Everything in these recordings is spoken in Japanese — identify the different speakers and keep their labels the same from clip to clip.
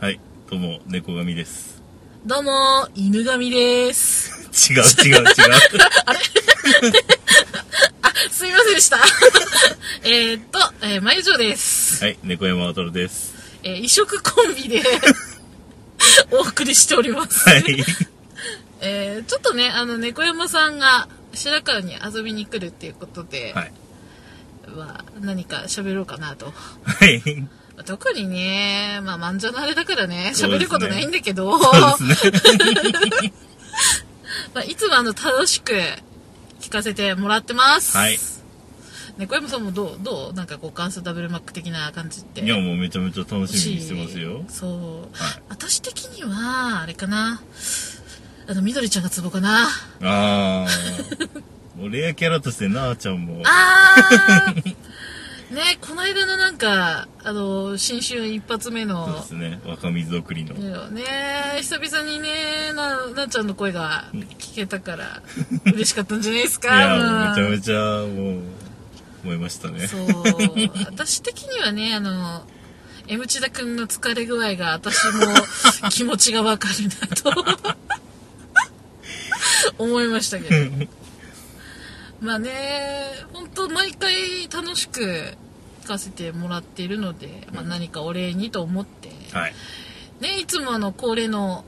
Speaker 1: はい、どうも、猫神です。
Speaker 2: どうも、犬神です。
Speaker 1: 違う 違う違う。
Speaker 2: すいませんでした。 えーっと、えー、まゆじょうです。
Speaker 1: はい、猫山渡です。
Speaker 2: えー、異色コ ンビでお送りしております。
Speaker 1: はい。
Speaker 2: えー、ちょっとね、あの、猫山さんが白川に遊びに来るっていうことで、
Speaker 1: はい。
Speaker 2: は何か喋ろうかなと。
Speaker 1: はい。
Speaker 2: 特にね、まあ、まんじゃのあれだからね、
Speaker 1: そうですね
Speaker 2: 喋ることないんだけど、
Speaker 1: そうですね。
Speaker 2: まあ、いつもあの、楽しく聞かせてもらってます。
Speaker 1: はい。
Speaker 2: ね、小山さんもどうどうなんかこう感想ダブルマック的な感じって
Speaker 1: いや、もうめちゃめちゃ楽しみにしてますよ。
Speaker 2: そう、
Speaker 1: はい
Speaker 2: 私的にはあれかなあの緑ちゃんがツボかな
Speaker 1: あー。もうレアキャラとしてなあちゃんも。
Speaker 2: あ ーねこの間のなんかあの新春一発目
Speaker 1: そうで
Speaker 2: の
Speaker 1: すね。若水送りの。
Speaker 2: ね久々にねななっちゃんの声が聞けたから嬉しかったんじゃないです
Speaker 1: い
Speaker 2: か
Speaker 1: や、もうめちゃ
Speaker 2: うん
Speaker 1: めちゃ、もう、思いましたね。
Speaker 2: そう私的にはねあの M チダ君の疲れ具合が私も気持ちがわかるなと思いましたけどまあね本当毎回楽しく聞かせてもらっているので、まあ、何かお礼にと思って、
Speaker 1: はい。
Speaker 2: ね、いつもあの恒例の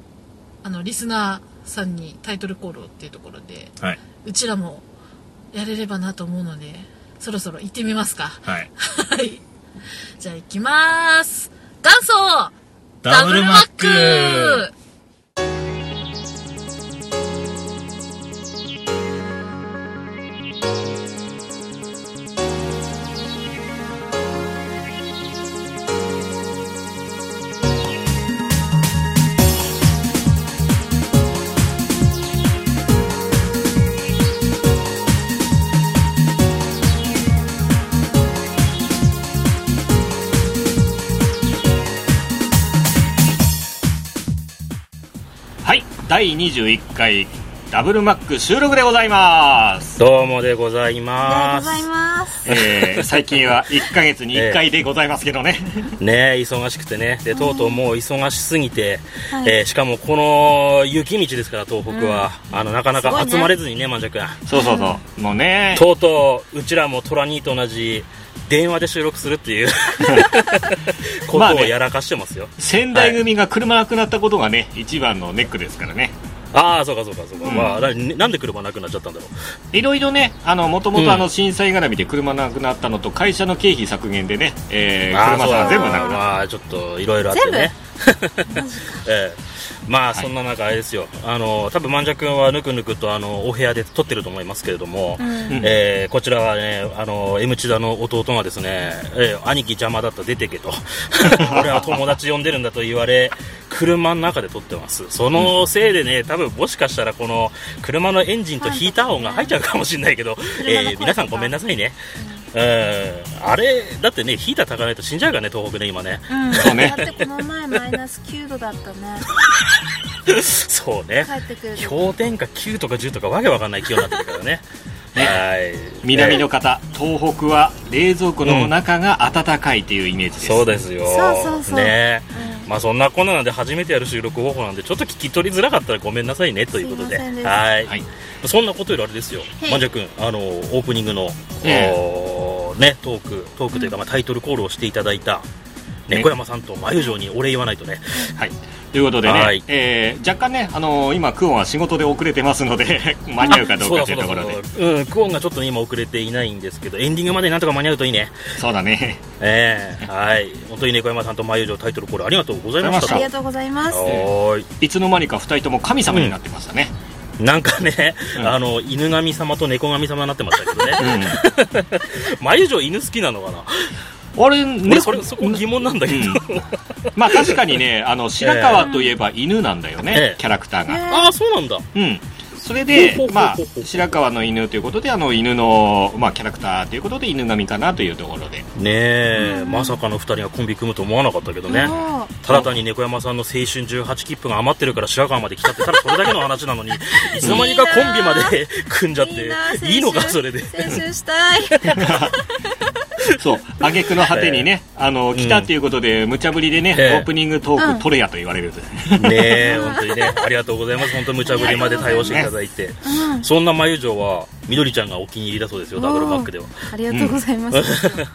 Speaker 2: あのリスナーさんにタイトルコールをっていうところで
Speaker 1: はい。
Speaker 2: うちらもやれればなと思うのでそろそろ行ってみますか
Speaker 1: はい。
Speaker 2: はい。じゃあ行きまーす。元祖
Speaker 1: ダブルマック
Speaker 3: はい第21回ダブルマック収録でございます、
Speaker 4: どうもでございま
Speaker 5: ありがとうござい
Speaker 4: す。
Speaker 5: ます。
Speaker 3: えー最近は1ヶ月に1回でございますけどね、
Speaker 4: ねえ忙しくてね。で、とうとうもう忙しすぎて、
Speaker 5: はい
Speaker 4: えーしかもこの雪道ですから、東北は。あの、なかな
Speaker 5: すご
Speaker 4: か
Speaker 5: いね
Speaker 4: 集まれずにね、まんじゃくん。
Speaker 3: そうそうそうもうね
Speaker 4: とうとう、うちらもトラ兄と同じ、電話で収録するって いうこ
Speaker 3: まあ
Speaker 4: とを
Speaker 3: ね
Speaker 4: やらかしてますよ。
Speaker 3: 仙台組が車なくなったことがね一番のネックですからね
Speaker 4: ああ、そうかそうかそうか。
Speaker 3: うん
Speaker 4: まあ、ななんで車なくなっちゃったんだろ
Speaker 3: いろいろねもとも
Speaker 4: うん
Speaker 3: と震災絡みで車なくなったのと会社の経費削減でね、え
Speaker 4: う。
Speaker 3: ー
Speaker 4: ああ
Speaker 3: 車さん
Speaker 4: そう
Speaker 3: 全部
Speaker 4: だ
Speaker 3: なくなった
Speaker 4: まあ、ちょっと、いろいろあってね。 ええ、まあそんな中、あれですよ、あの多分まんじゃくんはぬくぬくとあのお部屋で撮ってると思いますけれども、
Speaker 3: ん
Speaker 4: えーこちらはね、あの M チダの弟がですね、えー兄貴邪魔だった、出てけと、 俺は友達呼んでるんだと言われ、車の中で撮ってます、そのせいでね、多分もしかしたらこの車のエンジンとヒーター音が入っちゃうかもしれないけど、
Speaker 5: 車の
Speaker 4: え
Speaker 5: 声
Speaker 4: ー皆さんごめんなさいね。うん、あれだってねヒーターたかないと死んじゃうからね東北ね今 ね
Speaker 5: うん。
Speaker 3: そうね
Speaker 5: だってこの前マイナス9度だっ たね。
Speaker 4: そうね
Speaker 5: 帰ってくる時。
Speaker 4: 氷点下9とか10とかわけわかんない気温になってるからね
Speaker 3: ね
Speaker 4: はい
Speaker 3: 南
Speaker 4: え
Speaker 3: の方、東北は冷蔵庫の中が暖かいというイメージで
Speaker 4: ー
Speaker 3: す、
Speaker 4: そうですよ
Speaker 5: そうそうそう
Speaker 4: ね
Speaker 5: う
Speaker 4: まあそんなこんななんで初めてやる収録方法なんでちょっと聞き取りづらかったらごめんなさいねということです
Speaker 5: いませんでした
Speaker 4: はい、
Speaker 3: はい
Speaker 4: そんなことよりあれですよ
Speaker 5: はい
Speaker 4: まんじゃくんあのオープニングの、
Speaker 3: ええ
Speaker 4: おーねトークトークというか、まあ、タイトルコールをしていただいた
Speaker 3: ね
Speaker 4: 猫山さんと眉城にお礼言わないとね
Speaker 3: はい、ということでね、
Speaker 4: はい
Speaker 3: えー若干ね、あのー今、クオンは仕事で遅れてますので、 間に合うかどうかというところで、
Speaker 4: そ
Speaker 3: そうう
Speaker 4: だそうだそうだうんクオンがちょっと今遅れていないんですけどエンディングまでなんとか間に合うといいね
Speaker 3: だね、
Speaker 4: え えはい本当に猫山さんと眉城タイトルコールありがとうございまし
Speaker 3: あ
Speaker 5: あ
Speaker 4: た
Speaker 5: り
Speaker 4: と
Speaker 5: がとうございます。
Speaker 4: はーい
Speaker 3: いつの間にか2人とも神様になってましたね、
Speaker 4: なんかね、
Speaker 3: うん
Speaker 4: あの犬神様と猫神様になってましたけどね
Speaker 3: うん
Speaker 4: 眉城犬好きなのかな
Speaker 3: あれ、ね
Speaker 4: 俺それそこ疑問なんだけど、
Speaker 3: まあ確かに ね、あの白川といえば犬なんだよね、
Speaker 4: ええ
Speaker 3: キャラクターが。
Speaker 5: ね
Speaker 4: ああそうなんだ
Speaker 3: うんそれで
Speaker 4: ほうほうほうほう、
Speaker 3: まあ、白川の犬ということで、あの犬の、まあ、キャラクターということで、犬神かなというところで、
Speaker 4: ねえ、
Speaker 5: うん
Speaker 4: まさかの2人がコンビ組むと思わなかったけどね、
Speaker 5: もう
Speaker 4: ただ単に猫山さんの青春18切符が余ってるから白川まで来たってただそれだけの話なのにいつの間にかコ ンビまで組んじゃっていいのかそれで
Speaker 5: 青春したい。
Speaker 3: そう挙句の果てにね、あの来たっていうことで無茶ぶりでね、
Speaker 4: ええ
Speaker 3: オープニングトー
Speaker 5: う
Speaker 3: ク
Speaker 5: ん
Speaker 3: 取れやと言わ れるというね
Speaker 4: ねえ、本当にね、ありがとうございます。本当無茶ぶりまで対応していただいて。
Speaker 5: うん
Speaker 4: そんな眉城は、みどりちゃんがお気に入りだそうですよ、ダブルバックでは。
Speaker 5: ありがとうございます、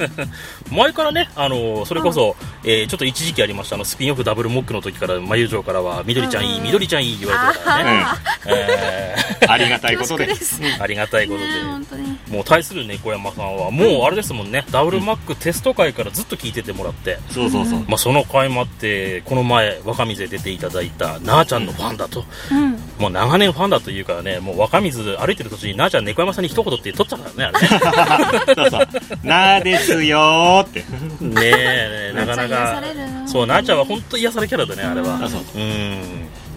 Speaker 4: 前からね、あのそれこそ、えーちょっと一時期ありました、あのスピンオフダブルモックの時から、眉城からは、みどりちゃんいい、
Speaker 5: うん
Speaker 4: みどりちゃんいい言われてたからね。え
Speaker 3: ありがたいことで
Speaker 5: 恐縮です
Speaker 3: うん
Speaker 4: ー ありがたいこと
Speaker 5: ねえ
Speaker 4: で。
Speaker 5: 本当に
Speaker 4: もう対する猫山さんは、もうあれですもんね、ダブルマックテスト会からずっと聞いててもらって、
Speaker 3: そうそうそう、
Speaker 4: まあ、その会もあって、この前、若水で出ていただいた、なあちゃんのファンだと、
Speaker 5: うん
Speaker 4: もう長年ファンだというからね、もう若水歩いてる途中に、なあちゃん、猫山さんに一言って取っちゃったからね、あ
Speaker 3: そうそうなあですよーって
Speaker 4: れねえ、ねえなかな
Speaker 5: なあ
Speaker 4: か
Speaker 5: ちゃん癒される、な
Speaker 4: そう、なあちゃんは本当癒されキャラだね、あれ
Speaker 3: あ
Speaker 4: は。
Speaker 3: そう
Speaker 4: うん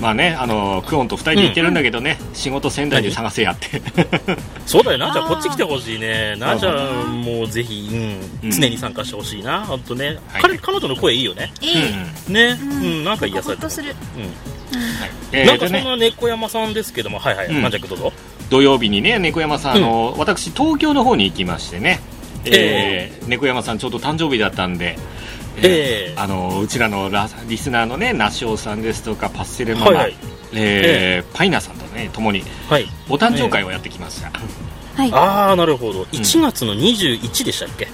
Speaker 3: まあねあのクオンと2人で行ってるんだけどね、仕事仙台で探せやって
Speaker 4: そうだよ、なあちゃん、
Speaker 5: あ
Speaker 4: こ
Speaker 5: ー
Speaker 4: っち来てほしいね、なあちゃんもぜひ、う
Speaker 3: うん
Speaker 4: ん、常に参加してほしいな、本当ね、
Speaker 3: はい
Speaker 4: 彼彼女の声いいよね、
Speaker 5: いい、
Speaker 4: ね、う
Speaker 5: うん
Speaker 4: ん、なんか癒され
Speaker 5: ほっと
Speaker 4: た
Speaker 5: する
Speaker 4: うん
Speaker 3: え
Speaker 4: な
Speaker 3: ー
Speaker 4: んか
Speaker 3: と
Speaker 4: そん
Speaker 3: ね
Speaker 4: な猫山さんですけども、はいはい、
Speaker 3: うん
Speaker 4: マジャックどうぞ。
Speaker 3: 土曜日にね猫山さんあの、私東京の方に行きましてね、えー猫山さんちょうど誕生日だったんで
Speaker 4: えー
Speaker 3: あのうちらのラリスナーのねナシオさんですとかパッセルママ、
Speaker 4: はいはい
Speaker 3: えーパイナさんとね共に
Speaker 4: はい。
Speaker 3: お誕生会をやってきました、
Speaker 5: はい
Speaker 4: ああ、なるほど。1月の21でしたっけ、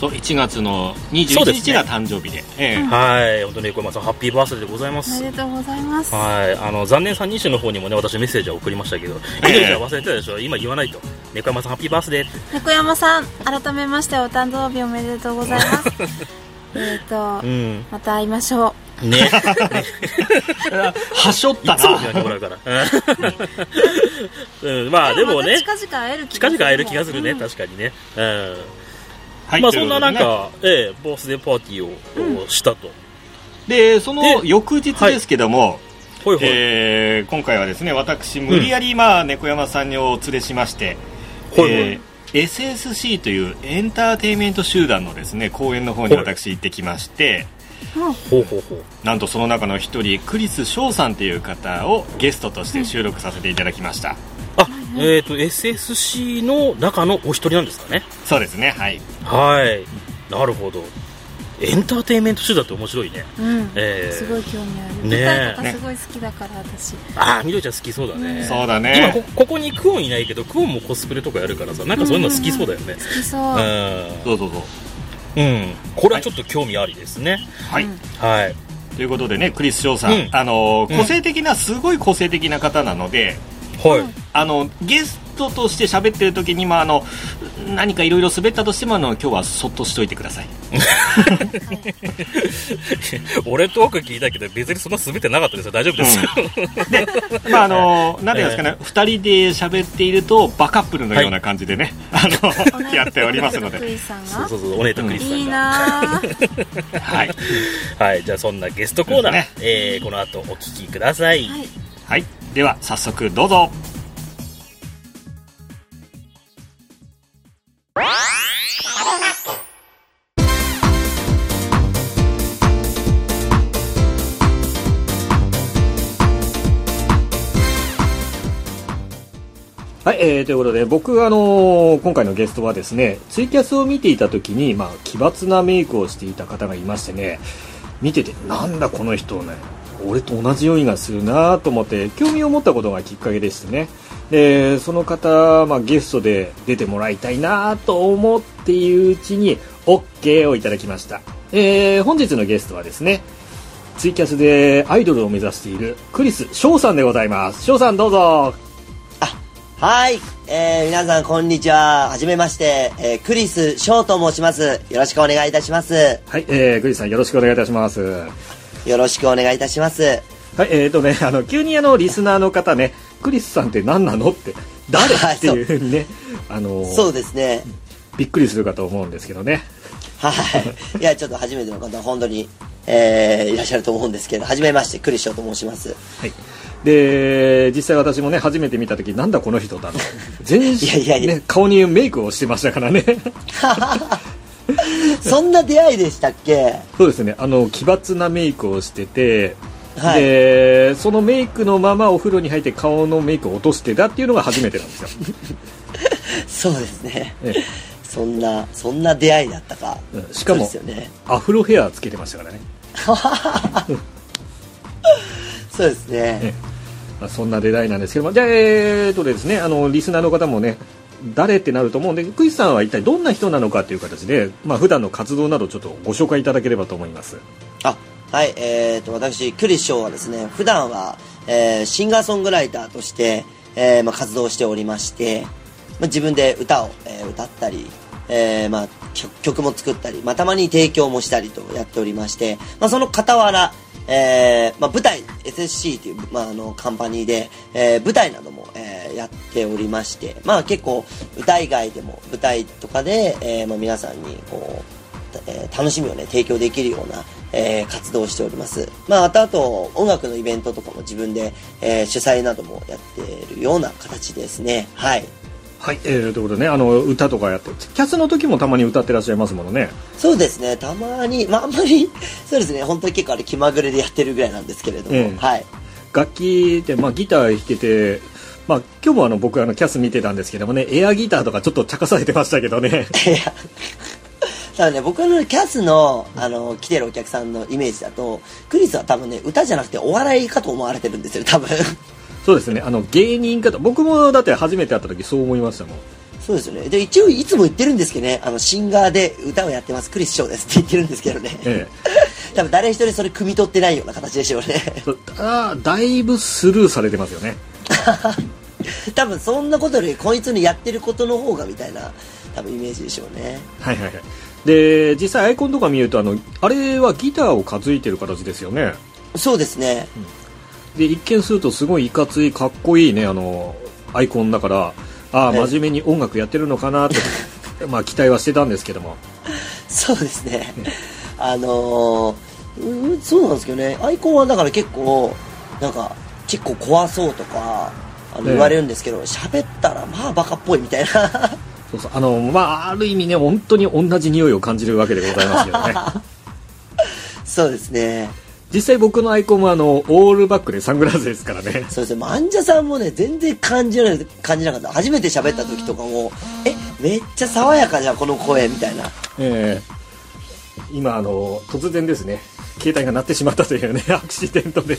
Speaker 3: そう1月の
Speaker 4: そう
Speaker 3: 21
Speaker 4: です
Speaker 3: 日
Speaker 4: ね
Speaker 3: が誕生日でええ
Speaker 4: はい。本当に猫山さん、ハッピーバースデーでございま
Speaker 5: おめ
Speaker 4: す。
Speaker 5: でとうございます
Speaker 4: はい。あの、残念さん2種の方にもね、私メッセージは送りましたけど、
Speaker 3: ええ
Speaker 4: メッセージは忘れてたでしょ今言わないと。猫山さん、ハッピーバースデーって。
Speaker 5: 猫山さん改めましてお誕生日おめでとうございます えっと、
Speaker 4: うん。
Speaker 5: また会いましょう
Speaker 4: ね。
Speaker 3: はしょっ
Speaker 4: い
Speaker 3: た
Speaker 4: つも
Speaker 3: な
Speaker 4: 言われてもらうから。うん。まあ、でもね、
Speaker 5: また近々会える気
Speaker 4: 近
Speaker 5: がする
Speaker 4: 々会える気がするね、
Speaker 5: うん
Speaker 4: 確かにね。うん。
Speaker 3: はい
Speaker 4: まあ、
Speaker 3: とい
Speaker 4: そ
Speaker 3: うんこ
Speaker 4: な
Speaker 3: と
Speaker 4: なん
Speaker 3: でね
Speaker 4: か、ええボースデーパーティーををしたと。
Speaker 3: でその
Speaker 4: で
Speaker 3: 翌日ですけども、
Speaker 4: ほいほい。
Speaker 3: えー今回はですね私無理やり、まあ、猫山さんにお連れしまして、
Speaker 4: ほいほい
Speaker 3: えー SSC というエンターテインメント集団のですね公演の方に私行ってきまして
Speaker 4: ほうほうほう。
Speaker 3: なんとその中の一人クリス翔さんという方をゲストとして収録させていただきました、
Speaker 4: あ、えっ、と、SSC の中のお一人なんですかね。
Speaker 3: そうですねはい
Speaker 4: はい。なるほど。エンターテインメント手段って面白いね。
Speaker 5: うん
Speaker 4: えー
Speaker 5: すごい興味ある
Speaker 4: ねえ
Speaker 5: 舞台とかすごい好きだから私
Speaker 4: ああ、みどりちゃん好きそうだね。
Speaker 3: そうだね
Speaker 4: 今こ、ここにクオンいないけど、クオンもコスプレとかやるからさ、なんかそういうの好きそうだよね
Speaker 5: 好。きそうう、
Speaker 3: どうぞどうぞ
Speaker 4: ん。うん。これはちょっと興味ありですね。
Speaker 3: はい、
Speaker 5: うん
Speaker 4: はい。
Speaker 3: ということでねクリス翔さん、
Speaker 4: うん
Speaker 3: あのー
Speaker 4: うん
Speaker 3: 個性的なすごい個性的な方なので、
Speaker 4: はい。
Speaker 3: あのゲストとして喋ってる時に、まあ、あの何かいろいろ滑ったとしてもあの今日はそっとしといてください
Speaker 4: 俺トーク聞いたけど、別にそんな滑ってなかったですよ。大丈夫ですよ。
Speaker 3: まああの何て言うんですかね、二人で喋っているとバカップルのような感じでね、あ のやっておりますの
Speaker 5: 徳
Speaker 3: で、
Speaker 5: 井さん
Speaker 4: そう
Speaker 5: が
Speaker 4: そうそう、お姉とクリスさんが。
Speaker 5: いいな ぁ
Speaker 3: はい
Speaker 4: はい。じゃあそんなゲストコー
Speaker 3: そ
Speaker 4: ナー、
Speaker 3: うです
Speaker 4: えーこの後お聞きください。
Speaker 5: はい
Speaker 3: はい、では早速どうぞはい、えーということで、僕、あのー今回のゲストはですね、ツイキャスを見ていた時に、まあ、奇抜なメイクをしていた方がいましてね、見てて、なんだこの人ね、俺と同じ匂いがするなと思って、興味を持ったことがきっかけでしてね、で、その方、まあ、ゲストで出てもらいたいなと思っているうちに、OK をいただきました。えー本日のゲストはですね、ツイキャスでアイドルを目指しているクリス翔さんでございます。翔さんどうぞ。
Speaker 6: はい、えー、皆さんこんにちは。はじめまして、えー、クリス翔と申します。よろしくお願いいたします。
Speaker 7: はい、えー、グリさんよろしくお願いいたします。は
Speaker 6: よろしくお願いいたします。
Speaker 7: い、えーとね、あの、急にあの、リスナーの方ね、クリスさんって何なのって、誰
Speaker 6: はい
Speaker 7: っていうふうに ね、あのー
Speaker 6: そうですね。
Speaker 7: びっくりするかと思うんですけどね。
Speaker 6: はい。いや、ちょっと初めての方、本当に、えー、いらっしゃると思うんですけど、はじめまして、クリス翔と申し ます。
Speaker 7: はい。で、実際私もね、初めて見たとき、なんだこの人 だの。全身、
Speaker 6: いやいやいや
Speaker 7: ね、顔にメイクをしてましたから ね。
Speaker 6: そんな出会いでしたっけ
Speaker 7: そうですね、あの、奇抜なメイクをしてて、
Speaker 6: はい
Speaker 7: で、そのメイクのままお風呂に入って 顔のメイクを落としてたっていうのが初めてなんですよ。
Speaker 6: そうですね。
Speaker 7: ええ
Speaker 6: そんなそんな出会いだったか、
Speaker 3: うんしかも
Speaker 6: そうですよね
Speaker 3: アフロヘアつけてましたからね、
Speaker 6: そうですね
Speaker 3: えまあ、そんなデザインなんですけどもじゃあえーっとですねあのリスナーの方もね誰ってなると思うんでクイズさんは一体どんな人なのかという形で、まあ普段の活動などちょっとご紹介いただければと思います
Speaker 6: あはいえー、と私クリスショーはですね普段は、えーシンガーソングライターとして、えーまあ、活動しておりまして、まあ、自分で歌を、えー歌ったり、えーまあ、曲曲も作ったり、まあ、たまに提供もしたりとやっておりまして、まあ、その傍ら、えーまあ、舞台 SSC という、まあ、あのカンパニーで、えー舞台なども、えーやっておりまして、まあ、結構歌以外でも舞台とかで、えーまあ、皆さんにこうえー楽しみをね提供できるような、えー活動をしておりますまああとあと音楽のイベントとかも自分で、えー主催などもやってるような形ですねはい
Speaker 3: はい、えー、ということでねあの歌とかやってキャスの時もたまに歌ってらっしゃいますものね
Speaker 6: そうですねたまにまああんまり そうですね本当に結構あれ気まぐれでやってるぐらいなんですけれども、
Speaker 3: ええ
Speaker 6: はい
Speaker 3: 楽器で、まあ、ギター弾けて、まあ、今日もあの僕あのキャス見てたんですけどもねエアギターとかちょっと茶化されてましたけど ね
Speaker 6: いや多分ね僕のキャスのあの来てるお客さんのイメージだとクリスは多分ね歌じゃなくてお笑いかと思われてるんですよ多分
Speaker 3: そうですねあの芸人かと僕もだって初めて会った時そう思いましたもん
Speaker 6: そうですよねで一応いつも言ってるんですけどねあのシンガーで歌をやってますクリスショーですって言ってるんですけどね、
Speaker 3: え
Speaker 6: 多分誰一人それ汲み取ってないような形でしょうね
Speaker 3: えそうあーだいぶスルーされてますよね
Speaker 6: 多分そんなことよりこいつのやってることの方がみたいな多分イメージでしょうね
Speaker 3: はいはいはいで実際アイコンとか見るとあのあれはギターを担いでる形ですよね
Speaker 6: そうですね
Speaker 3: で一見するとすごいいかついかっこいいねあのアイコンだからああ
Speaker 6: ええ
Speaker 3: 真面目に音楽やってるのかなとまあ期待はしてたん ですけども
Speaker 6: そうですねあのー、うんそうなんですけどねアイコンはだから結構なんか結構怖そうとかあ
Speaker 3: え
Speaker 6: の
Speaker 3: え
Speaker 6: 言われるんですけど喋ったらまあバカっぽいみたいな
Speaker 3: そうそうあのまあある意味ね本当に同じ匂いを感じるわけでございますけ どね
Speaker 6: そうですね
Speaker 3: 実際僕のアイコンもあのオールバックでサングラスですからね
Speaker 6: そうですね、マンジャさんもね、全然感じな感じなかった。初めて喋った時とかも、え、めっちゃ爽やかじゃん、この声、みたいな。
Speaker 3: ええ今あの突然ですね携帯が鳴ってしまったというね アクシデントで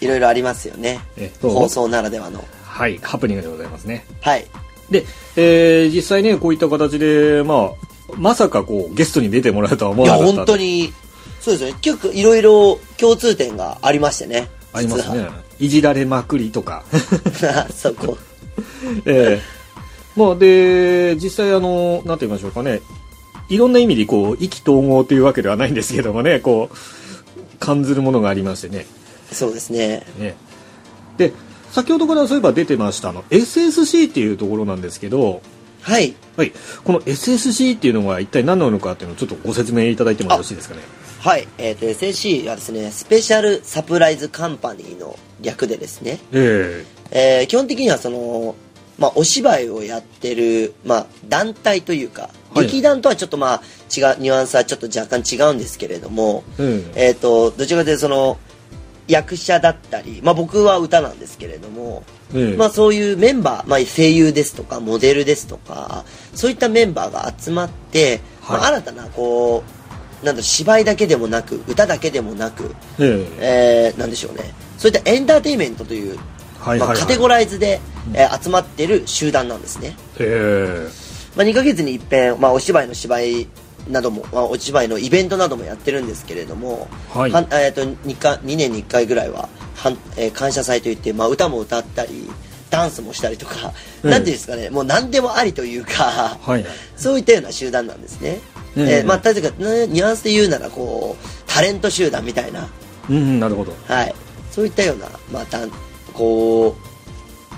Speaker 6: いろいろありますよね
Speaker 3: え。そう
Speaker 6: 放送ならではの。
Speaker 3: はいハプニングでございますね
Speaker 6: はい。
Speaker 3: で、えー実際ねこういった形でまあまさかこうゲストに出てもらうとは思
Speaker 6: い
Speaker 3: わ
Speaker 6: や、
Speaker 3: なかった
Speaker 6: 本当に、そうですね、結構いろいろ共通点がありましてね。
Speaker 3: ありますねいじられまくりとか
Speaker 6: 実は。 そこ。
Speaker 3: ええまあで実際あのなんて言いましょうかねいろんな意味でこう意気投合というわけではないんですけどもねこう感ずるものがありましてね
Speaker 6: そうですね。
Speaker 3: ねで先ほどからそういえば出てましたあの SSC っていうところなんですけど、
Speaker 6: はい。
Speaker 3: はい、この SSC っていうのが一体何なのかっていうのをちょっとご説明いただいてもよろしいですかね
Speaker 6: はい。えっ、と、SSC はですね、スペシャルサプライズカンパニーの略でですね。
Speaker 3: え
Speaker 6: えー基本的にはその、まあ、お芝居をやってる、まあ、団体というか、
Speaker 3: はい
Speaker 6: 劇団とはちょっとまあ違うニュアンスはちょっと若干違うんですけれども、
Speaker 3: えええ
Speaker 6: えー、とどちらかというとその役者だったり、まあ、僕は歌なんですけれども、
Speaker 3: ええ
Speaker 6: まあ、そういうメンバー、まあ、声優ですとかモデルですとかそういったメンバーが集まって、
Speaker 3: はい
Speaker 6: まあ、新たなこうなんだろう芝居だけでもなく歌だけでもなく、
Speaker 3: ええ
Speaker 6: えーなんでしょうねそういったエンターテインメントとい
Speaker 3: は
Speaker 6: う、
Speaker 3: いはいはい
Speaker 6: まあ、カテゴライズで、えー集まってる集団なんですね、
Speaker 3: え
Speaker 6: まあ、2ヶ月に一遍、まあ、お芝居の芝居なども、まあ、お芝居のイベントなどもやってるんですけれども、
Speaker 3: はい
Speaker 6: んえー、と 2, か2年に1回ぐらいは半えー感謝祭といって、まあ、歌も歌ったりダンスもしたりとか、
Speaker 3: ええ
Speaker 6: なんていうんですかねもう何でもありというか、
Speaker 3: はいはい
Speaker 6: そういったような集団なんですね、
Speaker 3: え
Speaker 6: え
Speaker 3: え
Speaker 6: ーまあ、確かねニュアンスで言うならこうタレント集団みたいな
Speaker 3: うんうんなるほど
Speaker 6: はい、そういったような、まあ、たんこう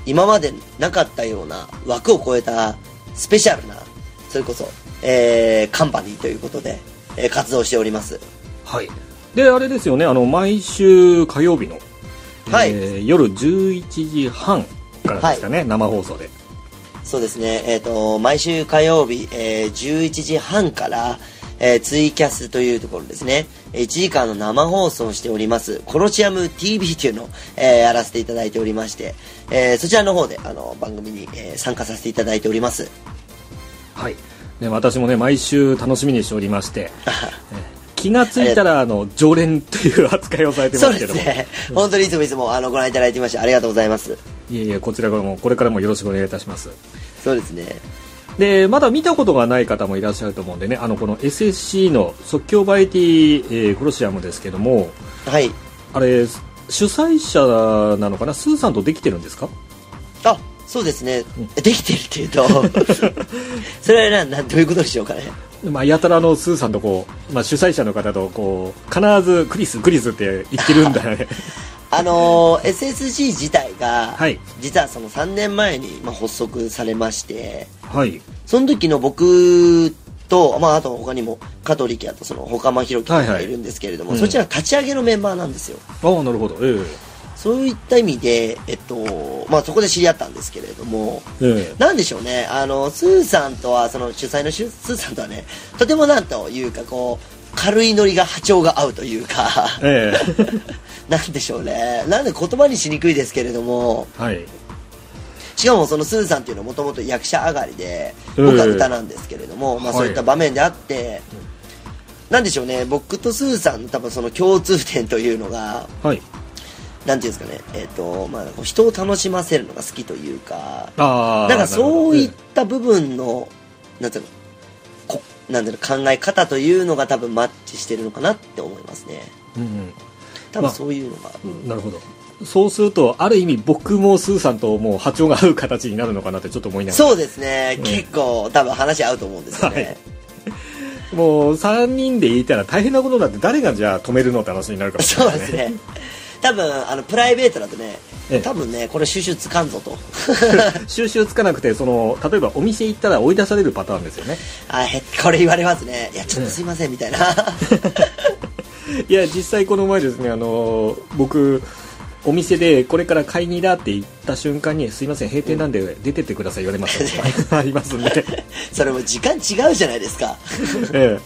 Speaker 6: 今までなかったような枠を超えたスペシャルなそれこそ、えーカンパニーということで、えー活動しております
Speaker 3: はいであれですよねあの毎週火曜日の
Speaker 6: はい
Speaker 3: えー夜11時半からですかね、生放送で
Speaker 6: そうですね、えー、と毎週火曜日、えー11時半から、えーツイキャスというところですね1時間の生放送をしておりますコロシアム TV というのを、えーやらせていただいておりまして、えーそちらの方であの番組に、えー参加させていただいております
Speaker 3: はいね、私もね毎週楽しみにしておりま してえ気がついたらあの常連という扱いをされてま
Speaker 6: そう
Speaker 3: すけ
Speaker 6: で
Speaker 3: ど
Speaker 6: す
Speaker 3: も、
Speaker 6: ね。本当にいつもいつもあのご覧いただいてましてありがとうございます。
Speaker 3: いえいえこちらからもこれからもよろしくお願いいたします
Speaker 6: そうですね。
Speaker 3: でまだ見たことがない方もいらっしゃると思うんでねあのこの SSC の即興バイティ、えーコロシアムですけども
Speaker 6: はい。
Speaker 3: あれ主催者なのかなスーさんとできてるんです か
Speaker 6: あ、そうですね。できてるってい うと、それはななんどういうことでしょうかね。
Speaker 3: まあ、やたらあのスーさんとこう、まあ、主催者の方とこう必ずクリスクリスって言ってるんだよね
Speaker 6: あのー SSG 自体が、
Speaker 3: はい
Speaker 6: 実はその3年前に、まあ、発足されまして、
Speaker 3: はい
Speaker 6: その時の僕と、まあ、あと他にも加藤力也とその他間弘樹
Speaker 3: はいは
Speaker 6: が
Speaker 3: い
Speaker 6: いるんですけれども、
Speaker 3: うん
Speaker 6: そちら立ち上げのメンバーなんですよ。
Speaker 3: ああなるほどえ
Speaker 6: そういった意味で、えっと、まあ、そこで知り合ったんですけれども、
Speaker 3: ええ
Speaker 6: なんでしょうね、あの、スーさんとは、その主催のシュスーさんとはね、とてもなんというか、こう、軽いノリが波長が合うというか、
Speaker 3: えええ
Speaker 6: なんでしょうね、なんで言葉にしにくいですけれども、
Speaker 3: はい
Speaker 6: しかもそのスーさんっていうのはもともと役者上がりで、
Speaker 3: うん
Speaker 6: 僕は歌なんですけれども、ま
Speaker 3: は
Speaker 6: あ
Speaker 3: い
Speaker 6: そういった場面であって、なんでしょうね、僕とスーさんの多分その共通点というのが、
Speaker 3: はい
Speaker 6: なんていうんですかね、えっ、と、まあ、こう人を楽しませるのが好きというか、
Speaker 3: ああ
Speaker 6: なんかそういっ
Speaker 3: なる
Speaker 6: た部分の、なんていうの、こなんていうの、考え方というのが多分マッチしてるのかなって思いますね。
Speaker 3: ほどええうん
Speaker 6: 多
Speaker 3: まあ
Speaker 6: 分そういうのが。うん
Speaker 3: うんなるほどそうするとある意味僕もスーさんともう波長が合う形になるのかなってちょっと思いながら
Speaker 6: そうですね、結構多分話合うと思うんですよね。
Speaker 3: はいもう3人でいたら大変なことだって誰がじゃあ止めるのって話になるかもしれ
Speaker 6: そう
Speaker 3: ない
Speaker 6: ですね。多分あのプライベートだとね
Speaker 3: ええ、
Speaker 6: 多分ね、これ、収集つかんぞと、
Speaker 3: 収集つかなくてその例えばお店行ったら追い出されるパターンですよね
Speaker 6: あへこれ言われますね、いや、ちょっとすいませんみたいな、
Speaker 3: いや実際この前ですねあの僕お店でこれから買いにだって言った瞬間にすいません閉店なんで出てってください言われましたありますね、
Speaker 6: それも時間違うじゃないですか、
Speaker 3: え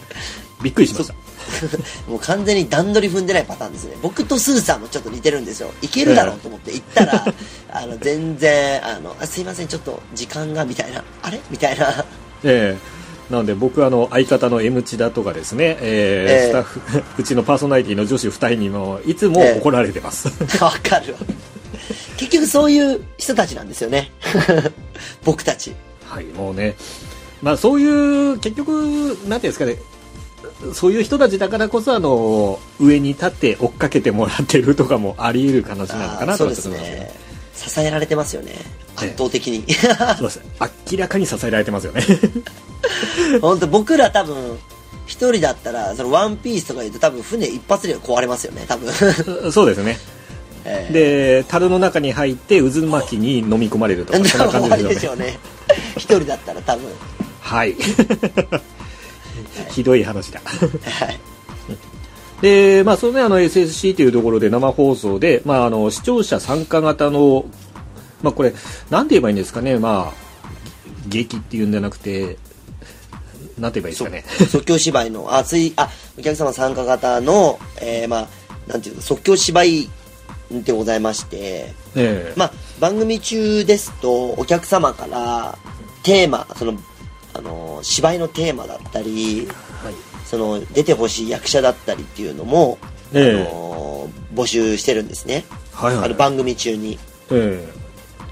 Speaker 3: え、びっくりしました
Speaker 6: もう完全に段取り踏んでないパターンですね、僕とスーさんもちょっと似てるんですよ、いけるだろうと思って行った ら、あの全然あのあ、すいません、ちょっと時間がみたいな、 あれみたいな、
Speaker 3: ええ、なので僕はあの相方の M チだとかですね、ええ
Speaker 6: ええ
Speaker 3: スタッフ うちのパーソナリティの女子2人にもいつも怒られてます、
Speaker 6: わかるわ、結局そういう人たちなんですよね、 僕たち。
Speaker 3: はいもうねまあそういう結局なんていうんですかねそういう人たちだからこそあの上に立って追っかけてもらってるとかもあり得る話なのか
Speaker 6: あー
Speaker 3: な
Speaker 6: そ
Speaker 3: と
Speaker 6: う
Speaker 3: は
Speaker 6: で
Speaker 3: ちょっと
Speaker 6: す
Speaker 3: 思います
Speaker 6: ね支えられてますよね
Speaker 3: ええ
Speaker 6: 圧倒的に
Speaker 3: そうです明らかに支えられてますよね
Speaker 6: 本当僕ら多分一人だったらそのワンピースとか言うと多分船一発で壊れますよね多分、
Speaker 3: そうですね
Speaker 6: え え
Speaker 3: で樽の中に入って渦巻きに飲み込まれるとかそんな
Speaker 6: 多
Speaker 3: 感
Speaker 6: 分終
Speaker 3: じ
Speaker 6: わ
Speaker 3: で
Speaker 6: り
Speaker 3: すよ
Speaker 6: で
Speaker 3: ね
Speaker 6: しょうね一人だったら多分
Speaker 3: はい。 ひどい話だ。
Speaker 6: はい
Speaker 3: で、まあ、そのね、あの、SSC というところで生放送で、まあ、あの、視聴者参加型の、まあ、これ、なんて言えばいいんですかね、まあ、げ劇っていうんじゃなくて、なんて言えばいいですかね。
Speaker 6: 即興芝居の熱いあお客様参加型の、えーまあなんていうの即興芝居でございまして
Speaker 3: ええ
Speaker 6: まあ、番組中ですとお客様からテーマそのあの芝居のテーマだったり、その出てほしい役者だったりっていうのも、
Speaker 3: ええ
Speaker 6: あの募集してるんですね、
Speaker 3: はいはい
Speaker 6: あの番組中に
Speaker 3: え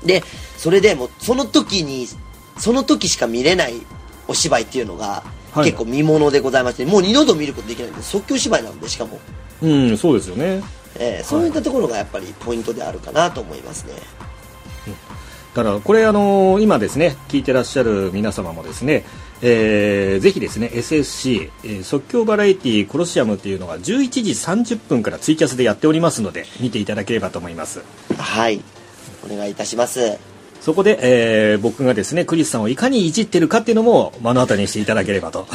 Speaker 6: でそれでもうその時にその時しか見れないお芝居っていうのが、
Speaker 3: はい
Speaker 6: 結構見ものでございましてもう二度と見ることできないんで即興芝居なんでしかも、
Speaker 3: えうん、そうですよね。
Speaker 6: ええそういったところがやっぱりポイントであるかなと思いますね
Speaker 3: だからこれあの今ですね聞いてらっしゃる皆様もですね、えーぜひですね SSC、えー即興バラエティコロシアムっていうのが11時30分からツイキャスでやっておりますので見ていただければと思います
Speaker 6: はいお願いいたします
Speaker 3: そこで、えー僕がですねクリスさんをいかにいじってるかっていうのも目の当たりにしていただければ と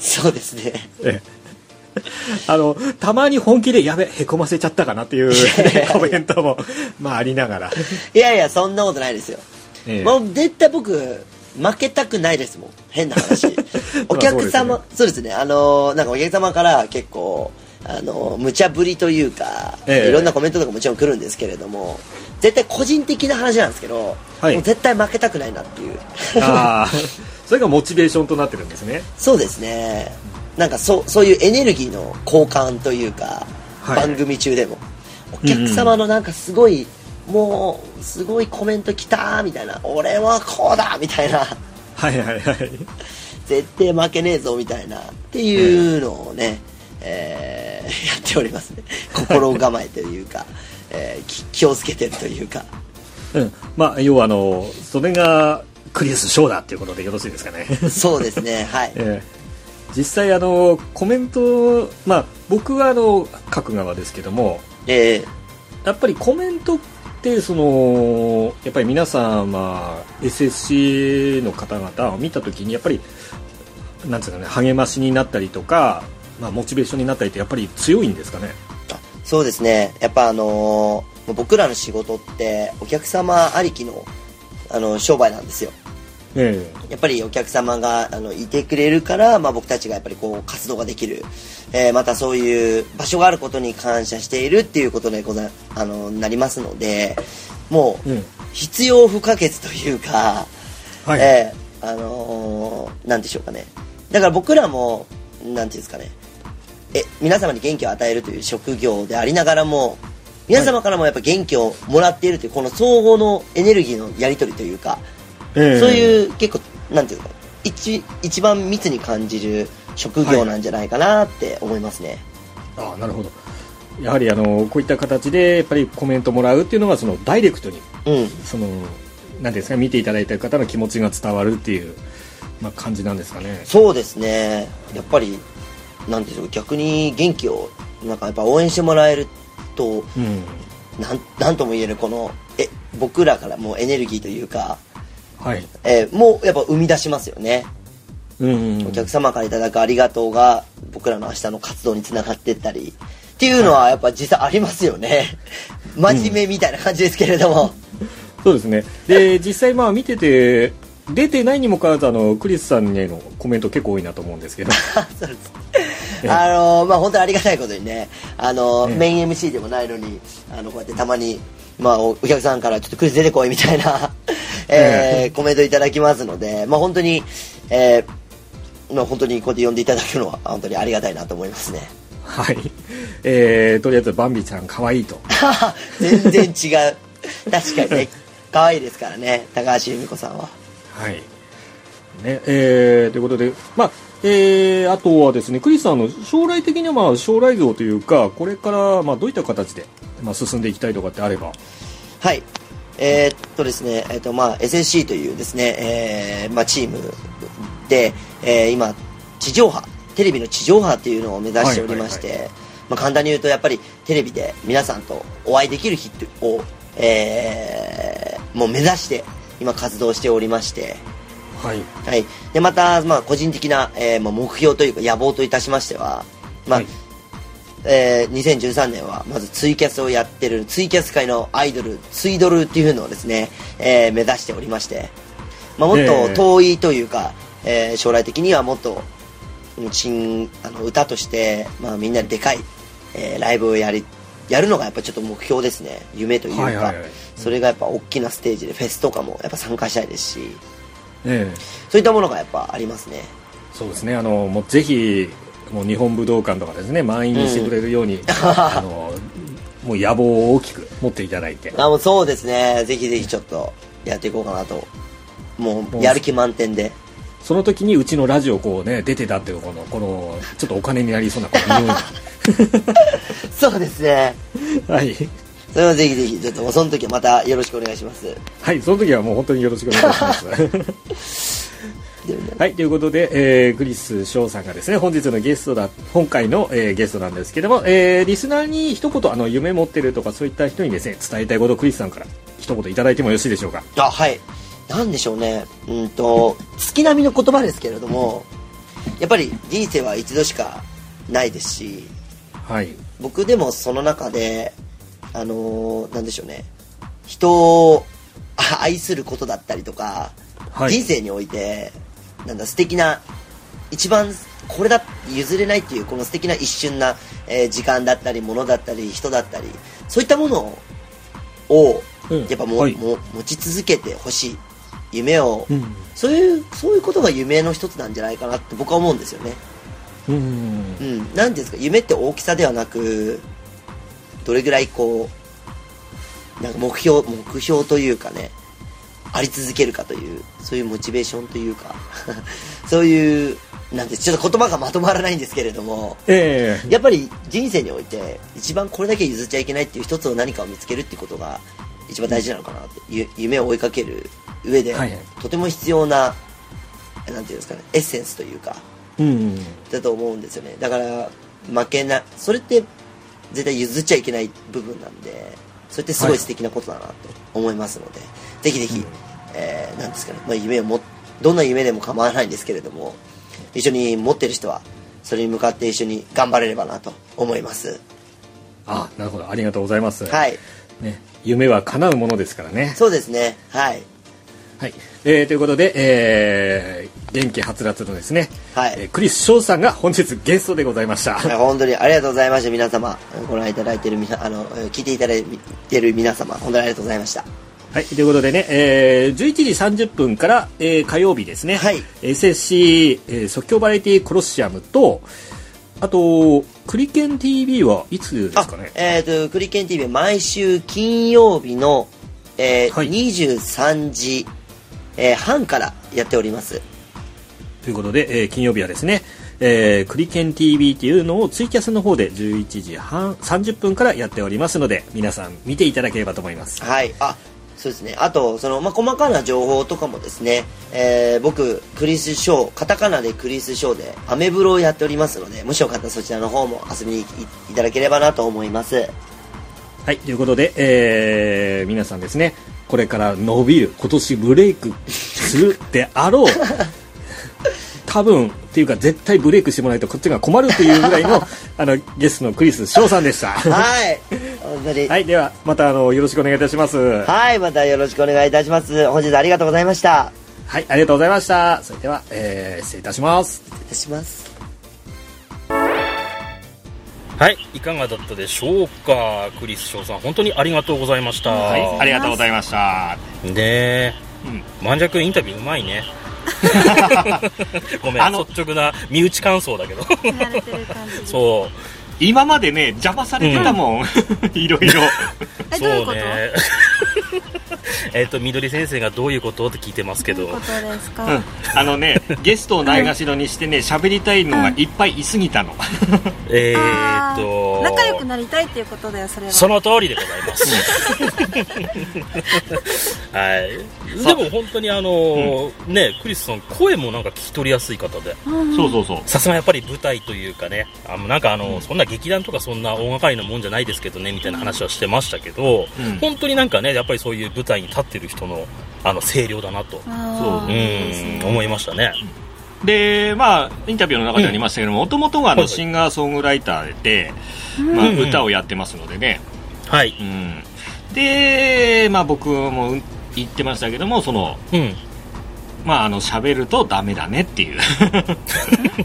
Speaker 6: そうですね。
Speaker 3: えーあのたまに本気でやべへこませちゃったかなって いうね、コメントもまあありながら、
Speaker 6: いやいや、そんなことないですよ。
Speaker 3: えー。
Speaker 6: もう絶対僕、負けたくないですもん。変な話 お客様、
Speaker 3: まあ
Speaker 6: そうですね。あのー、なんかお客様から結構、あのー、無茶ぶりというか、
Speaker 3: ええ
Speaker 6: いろんなコメントとかもちろん来るんですけれども、絶対個人的な話なんですけど、
Speaker 3: はい
Speaker 6: もう絶対負けたくないなっていう。
Speaker 3: ああそれがモチベーションとなってるんですね
Speaker 6: そうですねなんかそうそういうエネルギーの交換というか、
Speaker 3: はい
Speaker 6: 番組中でもお客様のなんかすごい、もうすごいコメント来たーみたいな俺はこうだみたいな
Speaker 3: はいはいはい
Speaker 6: 絶対負けねえぞみたいなっていうのをね、えーやっております ね心構えというか、えーき気をつけてるというか
Speaker 3: うんまあ要はあのそれがクリス・ショーだっていうことでよろしいです かね
Speaker 6: そうです ねはい
Speaker 3: ええ実際あのコメントまあ僕はあの書く側ですけども
Speaker 6: え
Speaker 3: やっぱりコメントってそのやっぱり皆さんまあ SSC の方々を見た時にやっぱりなんつうかね励ましになったりとか、まあ、モチベーションになったりってやっぱり強いんですかね
Speaker 6: ーそうですねやっぱあのー僕らの仕事ってお客様ありきの、あの商売なんですよ
Speaker 3: え
Speaker 6: やっぱりお客様があのいてくれるから、まあ、僕たちがやっぱりこう活動ができる、えーまたそういう場所があることに感謝しているっていうことでござあのなりますのでもう
Speaker 3: うん
Speaker 6: 必要不可欠というか、
Speaker 3: はい
Speaker 6: えーあのーなんでしょうかねだから僕らもなんていうんですかねえ皆様に元気を与えるという職業でありながらも皆様からもやっぱ元気をもらっているというこの総合のエネルギーのやり取りというか、
Speaker 3: えええ
Speaker 6: そういう結構なんていうのかな一一番密に感じる職業なんじゃないかなって思いますね、
Speaker 3: ああなるほどやはりあのこういった形でやっぱりコメントもらうっていうのがそのダイレクトに
Speaker 6: うん
Speaker 3: そのなんていうんですか見ていただいた方の気持ちが伝わるっていう、まあ、感じなんですかね
Speaker 6: そうですねやっぱりなんていうの逆に元気をなんかやっぱ応援してもらえると
Speaker 3: うん
Speaker 6: なんなんとも言えるこのえ僕らからもうエネルギーというか、
Speaker 3: はい
Speaker 6: えーもうやっぱ生み出しますよね
Speaker 3: うん
Speaker 6: お客様からいただくありがとうが僕らの明日の活動につながっていったりっていうのはやっぱ実際ありますよね 真面目みたいな感じですけれども、
Speaker 3: そうですねで実際まあ見てて出てないにもかかわらずあのクリスさんへのコメント結構多いなと思うんです けど
Speaker 6: そうです。 あのまあ本当にありがたいことにね、あの
Speaker 3: ええ
Speaker 6: メイン MC でもないのに、あのこうやってたまに、まあおお客さんからちょっとクイズ出てこいみたいな、
Speaker 3: え
Speaker 6: えーコメントいただきますので、まあ本当に、えーまあ本当にこうやって呼んでいただくのは本当にありがたいなと思いますね。
Speaker 3: はい、えー、とりあえずバンビちゃん可愛いと
Speaker 6: 全然違う。確かにね、可愛いですからね、高橋由美子さんは。
Speaker 3: はいねえー、ということでまあえー、あとはですねクリスさんあの将来的にはまあ将来像というかこれからまあどういった形で、まあ、進んでいきたいとかってあれば
Speaker 6: はい。えーっとですね、えーっとまあ、SSC というですね、えーまあ、チームで、えー今、地上波、テレビの地上波というのを目指しておりまして、
Speaker 3: はい
Speaker 6: まあ、簡単に言うと、やっぱりテレビで皆さんとお会いできる日を、えーもう目指して、今活動しておりまして、
Speaker 3: はい
Speaker 6: はい、でまた、まあ、個人的な、えーまあ、目標というか野望といたしましては、まあ
Speaker 3: はい
Speaker 6: えー2013年はまずツイキャスをやってるツイキャス界のアイドルツイドルっていうのをですね、えー目指しておりまして、まあ、もっ
Speaker 3: え
Speaker 6: と
Speaker 3: え
Speaker 6: 遠いというか、えー将来的にはもっとうん新あの歌として、まあ、みんなででかい、えーライブをやりやるのがやっぱちょっと目標ですね夢というか、
Speaker 3: はいはいはい
Speaker 6: それがやっぱ大きなステージでフェスとかもやっぱ参加したいですし
Speaker 3: ええ
Speaker 6: そういったものがやっぱありますね
Speaker 3: そうですね、あのもうぜひもう日本武道館とかですね満員にしてくれるように、あのもう野望を大きく持っていただいて、
Speaker 6: あもうそうですねぜひぜひちょっとやっていこうかなとも
Speaker 3: も
Speaker 6: う
Speaker 3: う
Speaker 6: やる気満点で
Speaker 3: その時にうちのラジオこうね出てたっていうこのこのちょっとお金になりそうなこの匂
Speaker 6: そうですね
Speaker 3: いが はい
Speaker 6: それはぜひぜひちょっともうその時はまたよろしくお願いします
Speaker 3: はいその時はもう本当によろしくお願いし ます。はいということで、えー、クリス翔さんがですね本日のゲストだ今回の、えーゲストなんですけども、えーリスナーに一言あの夢持ってるとかそういった人にですね伝えたいことクリスさんから一言いただいてもよろしいでしょうか。
Speaker 6: あはいなんでしょうねうんと月並みの言葉ですけれどもやっぱり人生は一度しかないですし
Speaker 3: はい。
Speaker 6: 僕でもその中であのーなんでしょうね人をあ愛することだったりとか、
Speaker 3: はい
Speaker 6: 人生においてなんだ素敵な一番これだ譲れないっていうこの素敵な一瞬な、えー時間だったり物だったり人だったりそういったものを
Speaker 3: うん
Speaker 6: やっぱも、
Speaker 3: はい
Speaker 6: も持ち続けてほしい夢を、
Speaker 3: うん
Speaker 6: そういうそういうことが夢の一つなんじゃないかなって僕は思うんですよね、
Speaker 3: うん
Speaker 6: うん、なんていうんですか夢って大きさではなくどれぐらいこうなんか目標目標というかねあり続けるかというそういうモチベーションというか そういうなんてちょっと言葉がまとまらないんですけれども
Speaker 3: ええ
Speaker 6: やっぱり人生において一番これだけ譲っちゃいけないっていう一つの何かを見つけるっていうことが一番大事なのかなってゆ夢を追いかける上で、
Speaker 3: はいはい
Speaker 6: とても必要ななんていうんですかねエッセンスというか
Speaker 3: うん
Speaker 6: だと思うんですよねだから負けなそれって絶対譲っちゃいけない部分なんでそれってすごい素敵なことだなと思いますので、ぜひぜひ、えーなんですかね、まあ、夢をもどんな夢でも構わないんですけれども一緒に持ってる人はそれに向かって一緒に頑張れればなと思います
Speaker 3: あなるほどありがとうございます、
Speaker 6: はい
Speaker 3: ね、夢は叶うものですからね
Speaker 6: そうですねはい
Speaker 3: はい、えーということで、えー元気はつらつのですね、
Speaker 6: はい
Speaker 3: えークリス翔さんが本日ゲストでございました
Speaker 6: はい本当にありがとうございました皆様ご覧いただいてるみなあのえー聞いていただいてる皆様本当にありがとうございました
Speaker 3: はい、ということでね、えー11時30分から、えー火曜日ですね、
Speaker 6: はい
Speaker 3: SSC、えー即興バラエティコロシアムと、あと、クリケン TV はいつですかね、
Speaker 6: あえっ、と、クリケン TV 毎週金曜日の、えー
Speaker 3: はい
Speaker 6: 23時、えー半からやっております。
Speaker 3: ということで、えー金曜日はですね、えークリケン TV っていうのをツイキャスの方で11時半30分からやっておりますので、皆さん見ていただければと思います。
Speaker 6: はい。あ、そうですね。あと、その、まあ、細かな情報とかもですね、えー僕、クリスショー、カタカナでクリスショーで、アメブロをやっておりますので、もしよかったらそちらの方も遊びにいいただければなと思い ます。
Speaker 3: はい、ということで、えー皆さんですね、これから伸びる、今年ブレイクするであ ろう、多分っていうか、絶対ブレイクしてもらえとこっちが困るというぐらい のあのゲストのクリス翔さんでした。は
Speaker 6: はい。本当に。はい。
Speaker 3: い、では、またあのよろしくお願いいたします。は
Speaker 6: またよろしくお願いいたします。本日ありがとうございました。
Speaker 3: い、ありがとうございました。それでは、えー失礼いたします。
Speaker 6: 失礼します。
Speaker 4: はい、いかがだったでしょうか、クリス翔さん、本当にありがとうございました。
Speaker 7: はい、ありがとうございました。
Speaker 4: ねえ、マンジャ君インタビューうまいね。 ごめん、
Speaker 7: あの
Speaker 4: 率直な身内感想だけど。
Speaker 5: 慣れてる感じ
Speaker 4: そ
Speaker 7: 今までね、邪魔されてたもん。 いろいろ。
Speaker 4: う、
Speaker 5: え
Speaker 4: そ
Speaker 5: どういう
Speaker 4: う
Speaker 5: こと、
Speaker 4: ね。 えっと、みどり先生がどういうことって聞いてますけ
Speaker 5: どう
Speaker 4: ど
Speaker 5: いうこ。とですか、
Speaker 7: うんあのね、ゲストをないがしろにしてね、喋りたいのがいっぱいいすぎたの。
Speaker 4: えー
Speaker 5: あ
Speaker 4: っ
Speaker 5: ー
Speaker 4: と、
Speaker 5: 仲良くなりたいっていうことだよそれは
Speaker 4: その通りでございま す。はい。でも本当にあの、ね、クリスさん、声もなんか聞き取りやすい方で。
Speaker 7: そうそうそう。
Speaker 4: さすがやっぱり舞台というかね、あのなんかあの、そんな劇団とかそんな大掛かりなもんじゃないですけどね、みたいな話はしてましたけど、
Speaker 7: うん
Speaker 4: 本当になんかね、やっぱりそういう舞台に立ってる人の、あの、声量だなと、
Speaker 5: あー
Speaker 4: うん、
Speaker 5: いいですね
Speaker 4: 思いましたね。
Speaker 7: で、まあ、インタビューの中でありましたけども、もともとがあ
Speaker 4: は
Speaker 7: の
Speaker 4: いはい
Speaker 7: シンガーソングライターで、まあ、
Speaker 4: うん
Speaker 7: 歌をやってますのでね。
Speaker 4: はい。
Speaker 7: うんで、まあ、僕もうん言ってましたけども、その、
Speaker 4: うん。
Speaker 7: まあ、あの、喋るとダメだねって いう。
Speaker 5: どういうこ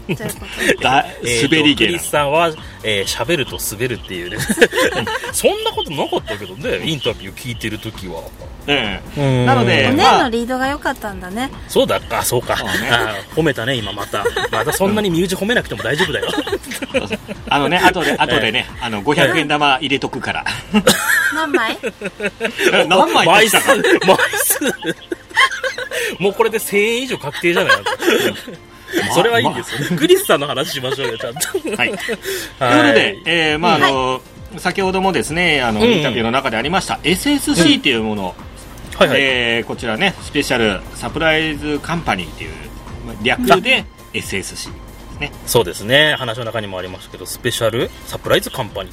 Speaker 5: と
Speaker 7: だ滑り
Speaker 4: えーとク
Speaker 7: 芸
Speaker 4: リ
Speaker 7: な
Speaker 4: スさんは、えー喋ると滑るっていうね。 そんなことなかったけどね、インタビュー聞いてるときは。
Speaker 7: え
Speaker 4: うん
Speaker 7: なのでね
Speaker 5: お姉
Speaker 7: まあ
Speaker 5: のリードが良かったんだね
Speaker 4: そうだった、あそうか。
Speaker 7: そうね
Speaker 4: あー褒めたね、今また。またそんなに身内褒めなくても大丈夫だよ。
Speaker 7: えあ のね、後で、後でね、あの、500円玉入れとくから。
Speaker 5: 何枚
Speaker 7: 何枚
Speaker 4: 枚
Speaker 7: 出した
Speaker 4: 数
Speaker 7: か。
Speaker 4: 枚数もうこれで1000円以上確定じゃない
Speaker 7: まあ
Speaker 4: それはいいんですよ、クリスさんの話しましょうよち ゃんと
Speaker 7: はい。というこ
Speaker 4: は
Speaker 7: と
Speaker 4: い
Speaker 7: で、えーまあ、あの、先ほどもですね、あの、
Speaker 4: うん
Speaker 7: インタビューの中でありました、SSC っていうもの、
Speaker 4: はいはい
Speaker 7: えーこちらね、スペシャルサプライズカンパニーっていう、まあ略で SSC。
Speaker 4: そうですね話の中にもありましたけどスペシャルサプライズカンパニ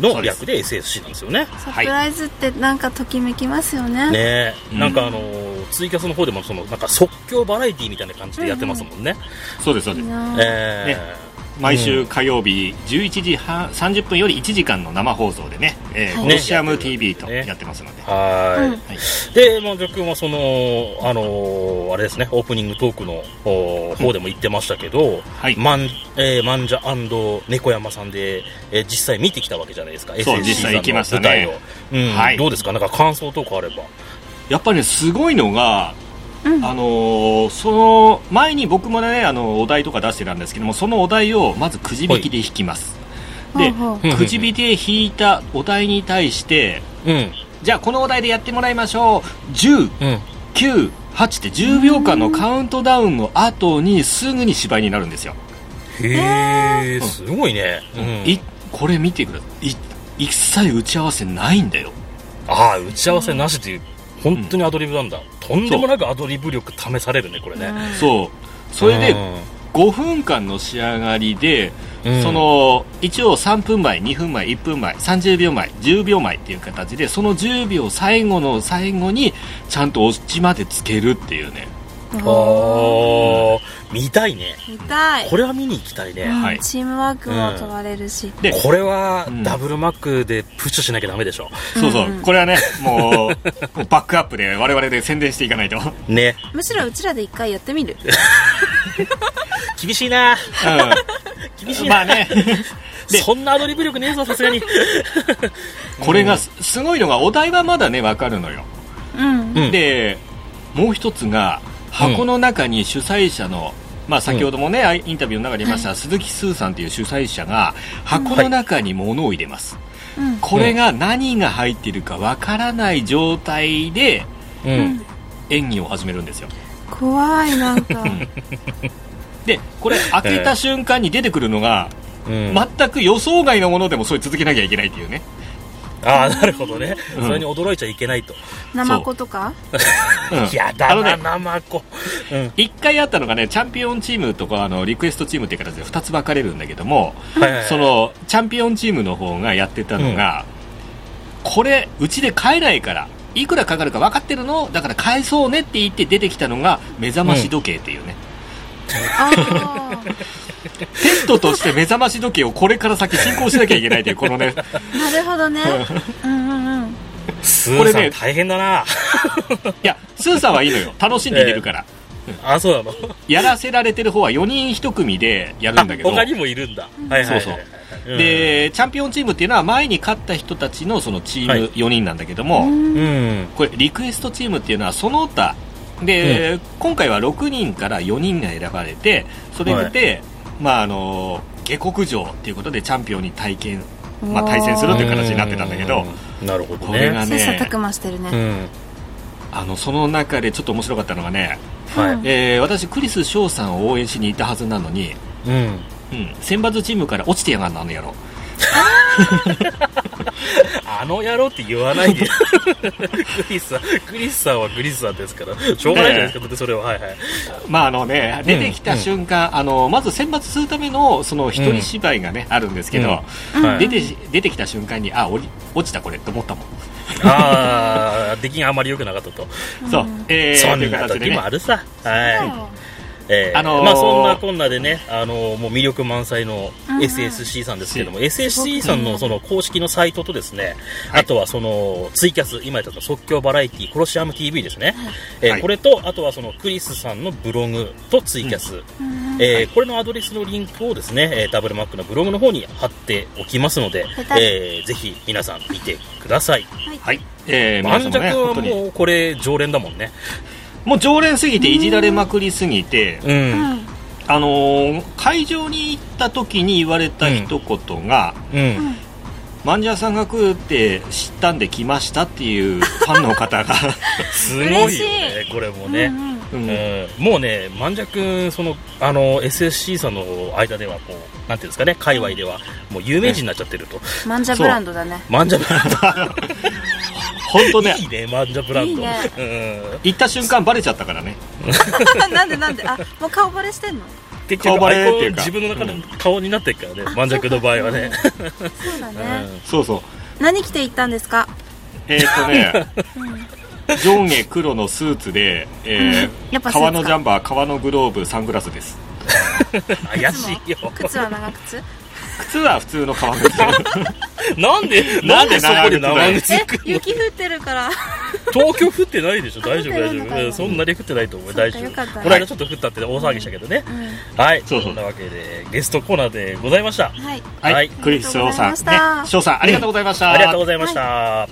Speaker 4: ーの略で SSC なんですよね
Speaker 5: サプライズってなんかときめきますよね
Speaker 4: ねえなんかあのーツイキャスの方でもそのなんか即興バラエティみたいな感じでやってますもんね、
Speaker 7: そうです、そう
Speaker 5: い
Speaker 7: で
Speaker 5: い
Speaker 7: す。
Speaker 5: なあ
Speaker 4: え
Speaker 7: 毎週火曜日11時半30分より1時間の生放送でね、えー
Speaker 5: はい
Speaker 7: コロシアム
Speaker 4: ね
Speaker 7: TV と
Speaker 4: ね
Speaker 7: やってますので。
Speaker 4: ーはーい、
Speaker 5: うん
Speaker 7: はい
Speaker 4: で、まあ、ジョ君はその、あのーあれですね、オープニングトークのおー方でも言ってましたけど、
Speaker 7: はい
Speaker 4: マン、えー、マンジャ猫山さんで、えー実際見てきたわけじゃないですか、
Speaker 7: そう
Speaker 4: SSC
Speaker 7: 実際行きましたね
Speaker 4: さんの舞台をうん
Speaker 7: はい
Speaker 4: どうですか、なんか感想とかあれば。
Speaker 7: やっぱりねすごいのが
Speaker 5: うん
Speaker 3: あのーその前に僕もねあのお題とか出してたんですけどもそのお題をまずくじ引きで引きますで
Speaker 5: ほうほ
Speaker 4: うん
Speaker 3: くじ引きで引いたお題に対して
Speaker 4: うん。
Speaker 3: じゃあこのお題でやってもらいましょう10
Speaker 4: うん。
Speaker 3: 9 8って10秒間のカウントダウンの後にすぐに芝居になるんですよ、
Speaker 4: へえ、すごいね。うん
Speaker 3: いこれ見てくださいい一切打ち合わせないんだよ
Speaker 4: ああ、打ち合わせなしっていう、本当にアドリブなんだ。とんでもなくアドリブ力試されるね、これね。
Speaker 3: そうそれで5分間の仕上がりで、
Speaker 4: うん
Speaker 3: そ、の一応3分前2分前1分前30秒前10秒前っていう形でその10秒最後の最後にちゃんとオチまでつけるっていうね
Speaker 5: う
Speaker 4: ああ、見たいね。
Speaker 5: 見たい
Speaker 4: これは見に行きたいね。
Speaker 3: はい
Speaker 5: うんチームワークも問われるし、
Speaker 3: で
Speaker 4: これは
Speaker 3: うん
Speaker 4: ダブルマックでプッシュしなきゃダメでしょ。
Speaker 3: そうそう、これはねもう もうバックアップで我々で宣伝していか ないとうん
Speaker 4: ね。
Speaker 5: むしろうちらで一回やっ てみる
Speaker 4: 厳しいな。 厳しいな。
Speaker 3: まあねで
Speaker 4: そんなアドリブ力ねえぞ、さすがに。
Speaker 3: これがすすごいのがお題はまだねわかるのよ
Speaker 5: うん
Speaker 4: うん、
Speaker 3: でもう一つが箱の中に主催者の、まあ、先ほどもね、あいインタビューの中で言いました、鈴木スーさんという主催者が箱の中に物を入れます、
Speaker 5: うん
Speaker 3: これが何が入っているかわからない状態で
Speaker 4: うん。
Speaker 3: 演技を始めるんですよ
Speaker 5: 怖いなんか
Speaker 3: でこれ開けた瞬間に出てくるのが、
Speaker 4: うん。
Speaker 3: 全く予想外のものでもそれ続けなきゃいけないっていうね
Speaker 4: ああ、なるほどね。
Speaker 3: うん
Speaker 4: それに驚いちゃいけないと。
Speaker 5: ナマコとか
Speaker 3: うん
Speaker 4: いやだ
Speaker 3: あ
Speaker 4: な、
Speaker 3: のね
Speaker 4: 生子。うん。
Speaker 3: 一回あったのがねチャンピオンチームとかあのリクエストチームっていう形で2つ分かれるんだけども、
Speaker 4: はいはいはい
Speaker 3: そ、のチャンピオンチームの方がやってたのが、これ、うちで買えないから、いくらかかるか分かってるのだから買えそうねって言って出てきたのが、目覚まし時計っていう ね、
Speaker 5: あ
Speaker 3: テストとして目覚まし時計をこれから先進行しなきゃいけないという、この ね、
Speaker 5: あなるほどねうんうんうん
Speaker 4: スー
Speaker 3: これ
Speaker 4: さ
Speaker 3: ね
Speaker 4: ん大変だな。
Speaker 3: いや、スーさんはいいのよ、楽しんで入れるから、
Speaker 4: あ、そうなの。
Speaker 3: やらせられてる方は4人1組でやるんだけど。
Speaker 4: 他にもいるんだ。はいはいはい。
Speaker 3: そう
Speaker 4: うん、
Speaker 3: でチャンピオンチームっていうのは前に勝った人たちのそのチ
Speaker 4: は
Speaker 3: ーム
Speaker 4: い
Speaker 3: 4人なんだけども、
Speaker 4: うん。
Speaker 3: これリクエストチームっていうのはその他で、今回は6人から4人が選ばれてそれで、まああの下克上っていうことでチャンピオンに体験、まあ、対戦するっていう形になってたんだけど、
Speaker 4: うん。なるほど
Speaker 3: これ
Speaker 4: ね。
Speaker 3: が
Speaker 5: 切磋
Speaker 3: ね
Speaker 5: 琢磨してるね、
Speaker 4: うん。
Speaker 3: あのその中でちょっと面白かったのがね、
Speaker 4: は
Speaker 3: えー私クリス翔さんを応援しに行ったはずなのに、
Speaker 4: い。うん。
Speaker 3: うん、選抜チームから落ちてやがんなあの野郎
Speaker 4: あの野郎って言わないで。クリスさん、クリスさんはクリスさんですから。しょうがないじゃないですか、だってそれは。はい はい。
Speaker 3: まああのね、出てきた瞬間、あのまず選抜するためのその一人芝居が、ねあるんですけど、
Speaker 5: うん
Speaker 4: はい
Speaker 3: 出てし出てきた瞬間にあおり落ちたこれと思ったもん、
Speaker 4: ああ、出来があまり良くなかったと。
Speaker 3: そう、えー、
Speaker 4: そ
Speaker 3: というん
Speaker 4: な
Speaker 3: 形で
Speaker 4: 時もあ
Speaker 3: ね
Speaker 4: るさ。はい。えー
Speaker 3: あのー
Speaker 4: まあそんなこんなでね、あのーもう魅力満載の
Speaker 5: うんうん
Speaker 4: SSC さんですけども、
Speaker 5: ご
Speaker 4: SSC
Speaker 5: く
Speaker 4: さんのその公式のサイトとですね、
Speaker 3: はい
Speaker 4: あとはそのツイキャス、今言った即興バラエティ、コロシアム TV ですね、えー
Speaker 3: はい
Speaker 4: これと、あとはそのクリスさんのブログとツイキャス、えーこれのアドレスのリンクをですね、えーダブルマックのブログの方に貼っておきますので
Speaker 5: 下、手
Speaker 4: えーぜひ皆さん見てください。
Speaker 3: はい、えー、皆
Speaker 4: 盤
Speaker 3: さん
Speaker 4: 石
Speaker 3: もね
Speaker 4: は
Speaker 3: 本当に
Speaker 4: もうこれ常連だもんね。
Speaker 3: もう常連すぎていじられまくりすぎて、
Speaker 4: うん。
Speaker 3: あのー会場に行った時に言われた一言が、
Speaker 4: うん。
Speaker 3: マンジャーさんが来るって知ったんで来ましたっていうファンの方 が、
Speaker 4: すごいよ
Speaker 5: 嬉し
Speaker 4: ね、これもね。うん
Speaker 3: うん
Speaker 4: もうね、まんじゃくん、その、あの、SSC さんの間では、こう、なんていうんですかね、界隈では、もう有名人になっちゃってると。
Speaker 5: マンジャブランドだね
Speaker 4: まんじゃブラン
Speaker 3: 本当
Speaker 4: ド。
Speaker 3: ね
Speaker 4: いいね、まんじゃブランド。
Speaker 5: いいね
Speaker 4: うん。
Speaker 3: 行った瞬間バレちゃったからね
Speaker 5: なんでなんであもう顔バレし てんの
Speaker 4: 結
Speaker 3: 顔
Speaker 4: 局、
Speaker 3: バ
Speaker 4: ア
Speaker 3: レ
Speaker 4: イ
Speaker 3: っ
Speaker 4: コ
Speaker 3: てい
Speaker 4: ン
Speaker 3: うか
Speaker 4: 自分の中の顔になってるからね、まんじゃくんの場合はね。
Speaker 5: そうだ
Speaker 4: う
Speaker 5: ね、
Speaker 4: ん
Speaker 3: そうそう
Speaker 5: 何着て行ったんですか、
Speaker 3: えーっと ね、上下黒のスーツで、え
Speaker 5: やっ
Speaker 3: ー、
Speaker 5: ぱスーツか
Speaker 3: 革のジャンバー、革のグローブ、サングラスです。
Speaker 4: 怪しいよ。
Speaker 5: 靴は長 靴
Speaker 3: 靴は普通の革靴。
Speaker 4: なんで、
Speaker 3: な
Speaker 4: なんん
Speaker 3: で
Speaker 4: でそこで生靴
Speaker 5: え
Speaker 4: くの
Speaker 5: 雪降ってるから
Speaker 4: 東京降ってないでしょ大丈夫
Speaker 5: 降っ
Speaker 4: 大
Speaker 5: てないのかな
Speaker 4: 丈夫そんなに降ってないと思う
Speaker 5: そうか
Speaker 4: 大丈
Speaker 5: よかった
Speaker 4: 夫この間ちょっと降ったって大騒ぎしたけどねはい
Speaker 3: そうそう
Speaker 4: そんなわけでゲストコーナーでございました
Speaker 5: はい
Speaker 4: は
Speaker 3: はい、
Speaker 4: い
Speaker 3: クリス・ショウさん、ね
Speaker 5: ありがとうございまし、た
Speaker 3: ショウさん、ありがとうございました。
Speaker 4: ありがとうございました、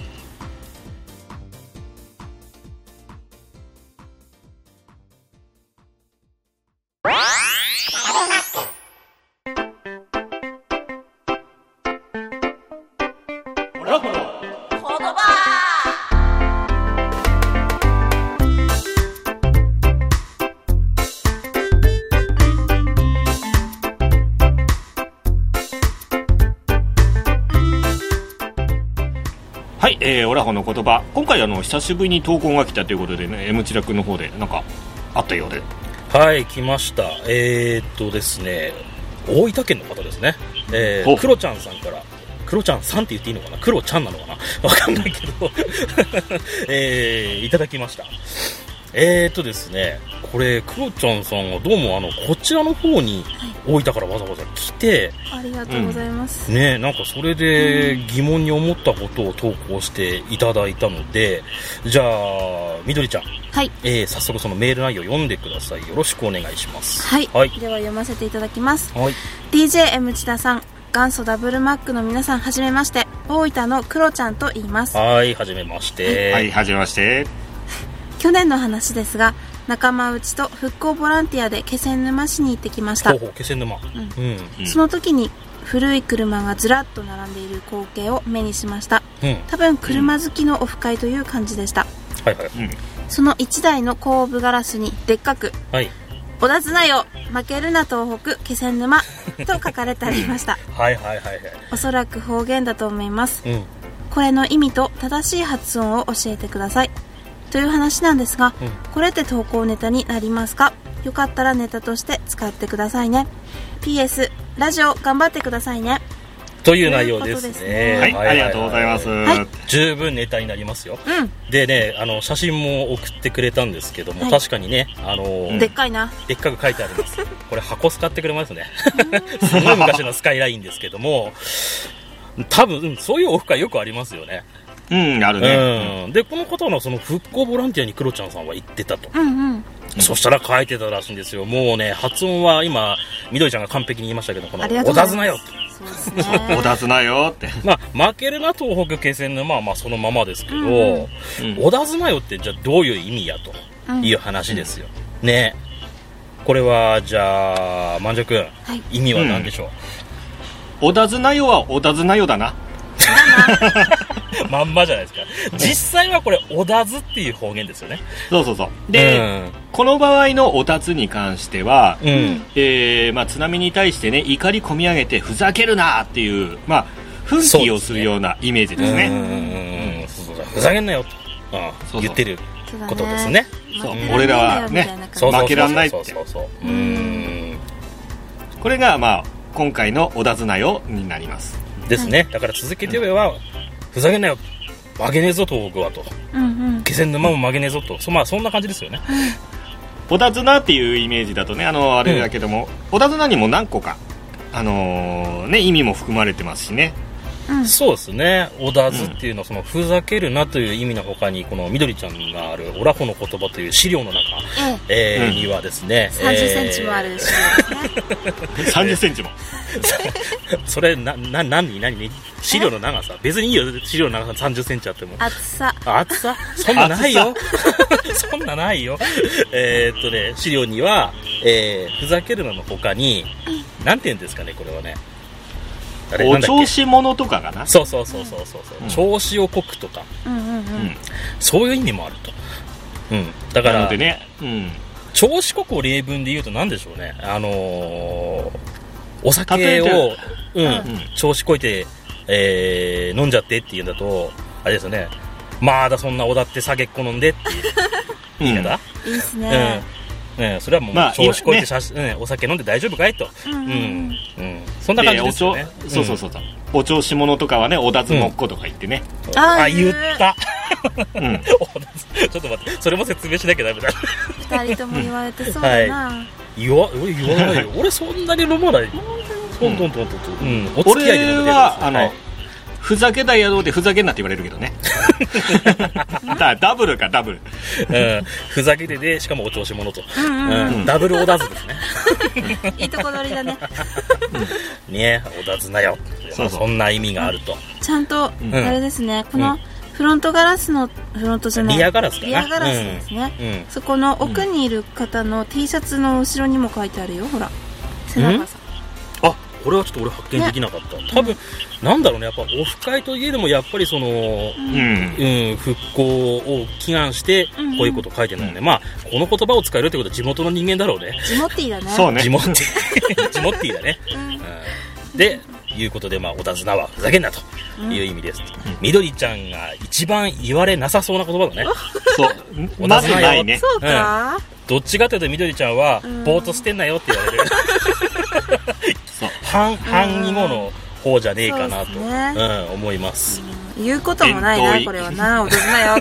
Speaker 3: はい、えー、オラホの言葉今回あの久しぶりに投稿が来たということでね M チラ君の方でなんかあったようで
Speaker 4: はい、来ました。えー、っとですね、大分県の方ですね。え
Speaker 3: お
Speaker 4: ー、クロちゃんさんから。クロちゃんさんって言っていいのかなクロちゃんなのかな わかんないけど、 えー、いただきました。えー、っとですね、これ、クロちゃんさんがどうも、あの、こちらの方に大分からわざわざ来て、
Speaker 5: ありがとうございます、
Speaker 4: ね、なんかそれで疑問に思ったことを投稿していただいたので、じゃあ、みどりちゃん、
Speaker 5: はい
Speaker 4: えー早速そのメール内容を読んでください。よろしくお願いします。
Speaker 5: はい、
Speaker 4: はい。
Speaker 5: では読ませていただきます
Speaker 4: はい。
Speaker 5: DJM 千田さん元祖ダブルマックの皆さんはじめまして大分のクロちゃんと言います
Speaker 4: はい、はじめまして。
Speaker 3: はいはじめまして
Speaker 5: 去年の話ですが仲間内と復興ボランティアで気仙沼市に行ってきました
Speaker 4: ほうほう、気仙沼。うん。うん。
Speaker 3: うん
Speaker 5: その時に古い車がずらっと並んでいる光景を目にしました
Speaker 4: はい
Speaker 5: 多分車好きのオフ会という感じでした
Speaker 4: はい。
Speaker 5: その1台の後部ガラスにでっかく
Speaker 4: はい。
Speaker 5: 「小田綱よ負けるな東北気仙沼」と書かれてありました
Speaker 4: はいはいはいはい。
Speaker 5: おそらく方言だと思います
Speaker 4: うん。
Speaker 5: これの意味と正しい発音を教えてくださいという話なんですが、
Speaker 4: うん
Speaker 5: これって投稿ネタになりますかよかったらネタとして使ってくださいね PS ラジオ頑張ってくださいね
Speaker 4: という内容です
Speaker 5: ということです
Speaker 4: ね。
Speaker 5: ね
Speaker 3: はい、ありがとうございます、
Speaker 5: はい
Speaker 4: 十分ネタになりますよ。
Speaker 5: う
Speaker 4: でね、あの、写真も送ってくれたんですけども、
Speaker 5: はい
Speaker 4: 確かにね、あのー
Speaker 5: んでっかいな
Speaker 4: でっかく書いてあり ます。これ箱スカって車ですね。 すごい昔のスカイラインですけども、多分、うんそういうオフ会よくありますよね。
Speaker 3: うんあるね、
Speaker 4: うん。で、この方のその復興ボランティアにクロちゃんさんは行ってたと。
Speaker 5: うんうん
Speaker 4: そしたら書いてたらしいんですよ。もうね、発音は今、みどりちゃんが完璧に言いましたけど、この、
Speaker 5: ありがと
Speaker 4: お
Speaker 5: うござ
Speaker 4: だ
Speaker 5: い
Speaker 4: ず
Speaker 5: ま
Speaker 4: な
Speaker 5: す
Speaker 4: よって。
Speaker 5: そうです ね
Speaker 3: お出すなよって
Speaker 4: まあ、負けるな東北気仙沼はまあそのままですけど、
Speaker 5: うん
Speaker 3: うん
Speaker 4: おだずなよってじゃあどういう意味やと
Speaker 5: うん
Speaker 4: いう話ですよ。ねこれは、じゃあ、まんじゅうくん、
Speaker 5: はい
Speaker 4: 意味は何でしょう、
Speaker 3: おだずなよはおだずなよだな
Speaker 4: まんまじゃないですか。実際はこれ、おだずっていう方言ですよね。
Speaker 3: そうそうそうで、この場合のおたつに関しては、
Speaker 4: うん、うん。
Speaker 3: えーまあ、津波に対してね怒り込み上げてふざけるなっていう、まあ、奮起をするようなイメージですね
Speaker 4: うんうんうんそうそうふざけんなよと、うん
Speaker 3: そうそう
Speaker 4: 言ってる
Speaker 5: そうだ
Speaker 4: ことですね。
Speaker 3: そう
Speaker 5: 負け
Speaker 3: 俺ら
Speaker 5: な
Speaker 3: はい
Speaker 5: んだよみた
Speaker 3: ね
Speaker 5: いな感じ
Speaker 4: そうそうそうそう
Speaker 3: 負けらんないって
Speaker 4: そうそうそう。う
Speaker 5: うん
Speaker 4: ん。
Speaker 3: これが、まあ、今回の「おだずなよ」になります
Speaker 4: ですね。だから続けてれば、ふざけんなよ。曲げねえぞ、東北はと。
Speaker 5: うんうん
Speaker 4: 気仙沼も曲げねえぞと。そまあ、そんな感じですよね。
Speaker 3: おだずなっていうイメージだとねあのあれだけども、おだずなにも何個か、あのーね、意味も含まれてますし ね
Speaker 5: うん
Speaker 4: そうですね。おだずっていうのは、その、ふざけるなという意味の他に、この、みどりちゃんがある、オラホの言葉という資料の中、
Speaker 5: え
Speaker 4: えー
Speaker 3: うん
Speaker 4: にはですね、
Speaker 5: え30センチもあるし、
Speaker 3: 3 0ンチも
Speaker 4: えーそれ、な、な、何、何、資料の長さ。別にいいよ、資料の長さ30センチあっても。
Speaker 5: 厚さ
Speaker 4: 厚さそんなないよ そんなないよえーっとね資料には、えーふざけるなの他になんて言うんですかねこれはねあれな
Speaker 3: お
Speaker 4: んだっ
Speaker 3: 調
Speaker 4: け
Speaker 3: 子者とかがな
Speaker 4: そうそうそうそうそう、う
Speaker 3: うん
Speaker 4: 調子をこくとか
Speaker 5: うんうんうん
Speaker 4: そういう意味もあるとうんだか
Speaker 3: な
Speaker 4: ら
Speaker 3: のでね、うん、
Speaker 4: 調子こくを例文で言うと何でしょうねあのーお
Speaker 3: 例
Speaker 4: 酒
Speaker 3: えて
Speaker 4: を、うん
Speaker 3: ん
Speaker 4: 調子こいて、えー飲んじゃってっていうんだとあれですよねまだそんなおだって酒っこ飲んでっていう言い方、
Speaker 5: いいっす
Speaker 4: え
Speaker 5: ね
Speaker 4: えええそれはもう、
Speaker 3: まあ
Speaker 4: 調子こい
Speaker 3: ね
Speaker 4: て写真、うんお酒飲んで大丈夫かいと、
Speaker 5: うんう
Speaker 4: うん
Speaker 5: ん
Speaker 4: うんそんな感じですよね
Speaker 3: でおちょそうそうそうそう、お調子者とかはねおだずもっことか言ってね、
Speaker 4: うん
Speaker 5: あー
Speaker 4: あ言った
Speaker 3: うん
Speaker 4: ちょっと待ってそれも説明しなきゃダメだ
Speaker 5: 二人とも言われてそうだな、
Speaker 4: 言わ俺言わないよ俺そんなに飲まないよトントントントントン、うん、お付き合いで飲んでるんです
Speaker 3: 俺はあの、ふざけた野郎でふざけんなって言われるけど ねだからダブルかダブル
Speaker 4: いうん、ふざけてでしかもお調子者と、
Speaker 5: うんうん
Speaker 4: うんダブルオダズですね
Speaker 5: いいとこ取りだね
Speaker 4: ねえオダズなよ
Speaker 3: そうそう
Speaker 4: まあんな意味があると、
Speaker 5: ちゃんとあ
Speaker 3: ん
Speaker 5: れですね、こ
Speaker 4: う
Speaker 5: の
Speaker 4: ん
Speaker 5: フロントガラスのフロントじゃない
Speaker 4: リアガラスかな
Speaker 5: リアガラスですね、
Speaker 4: うん、
Speaker 5: そこの奥にいる方の T シャツの後ろにも書いてあるよほら背中さ
Speaker 4: あこれはちょっと俺発見できなかった、多分、なんだろうねやっぱオフ会といえどもやっぱりその、
Speaker 3: うん、
Speaker 4: うん、復興を祈願して
Speaker 5: うん
Speaker 4: こういうこと書いてないので、まあこの言葉を使えるってことは地元の人間だろうね
Speaker 5: ジモッティだね
Speaker 3: そうね
Speaker 4: 地元地元っていいだね、
Speaker 5: うん
Speaker 4: うんでいうことで、まあ、お尋なはふざけんなという意味です。みどりちゃんが一番言われなさそうな言葉だね。
Speaker 3: そう。
Speaker 4: お
Speaker 3: ま
Speaker 4: 尋
Speaker 3: ず
Speaker 4: ねを
Speaker 3: ないね。
Speaker 5: そうか、
Speaker 4: どっちかというとみどりちゃんは、ぼーっと捨てんなよって言われる。
Speaker 3: そう。
Speaker 4: 半、半囲碁の方じゃねえかなと、
Speaker 5: そうですね
Speaker 4: うん、思います。
Speaker 5: 言うこともない
Speaker 3: 遠
Speaker 5: な、
Speaker 3: い
Speaker 5: これはな、おとずなよ。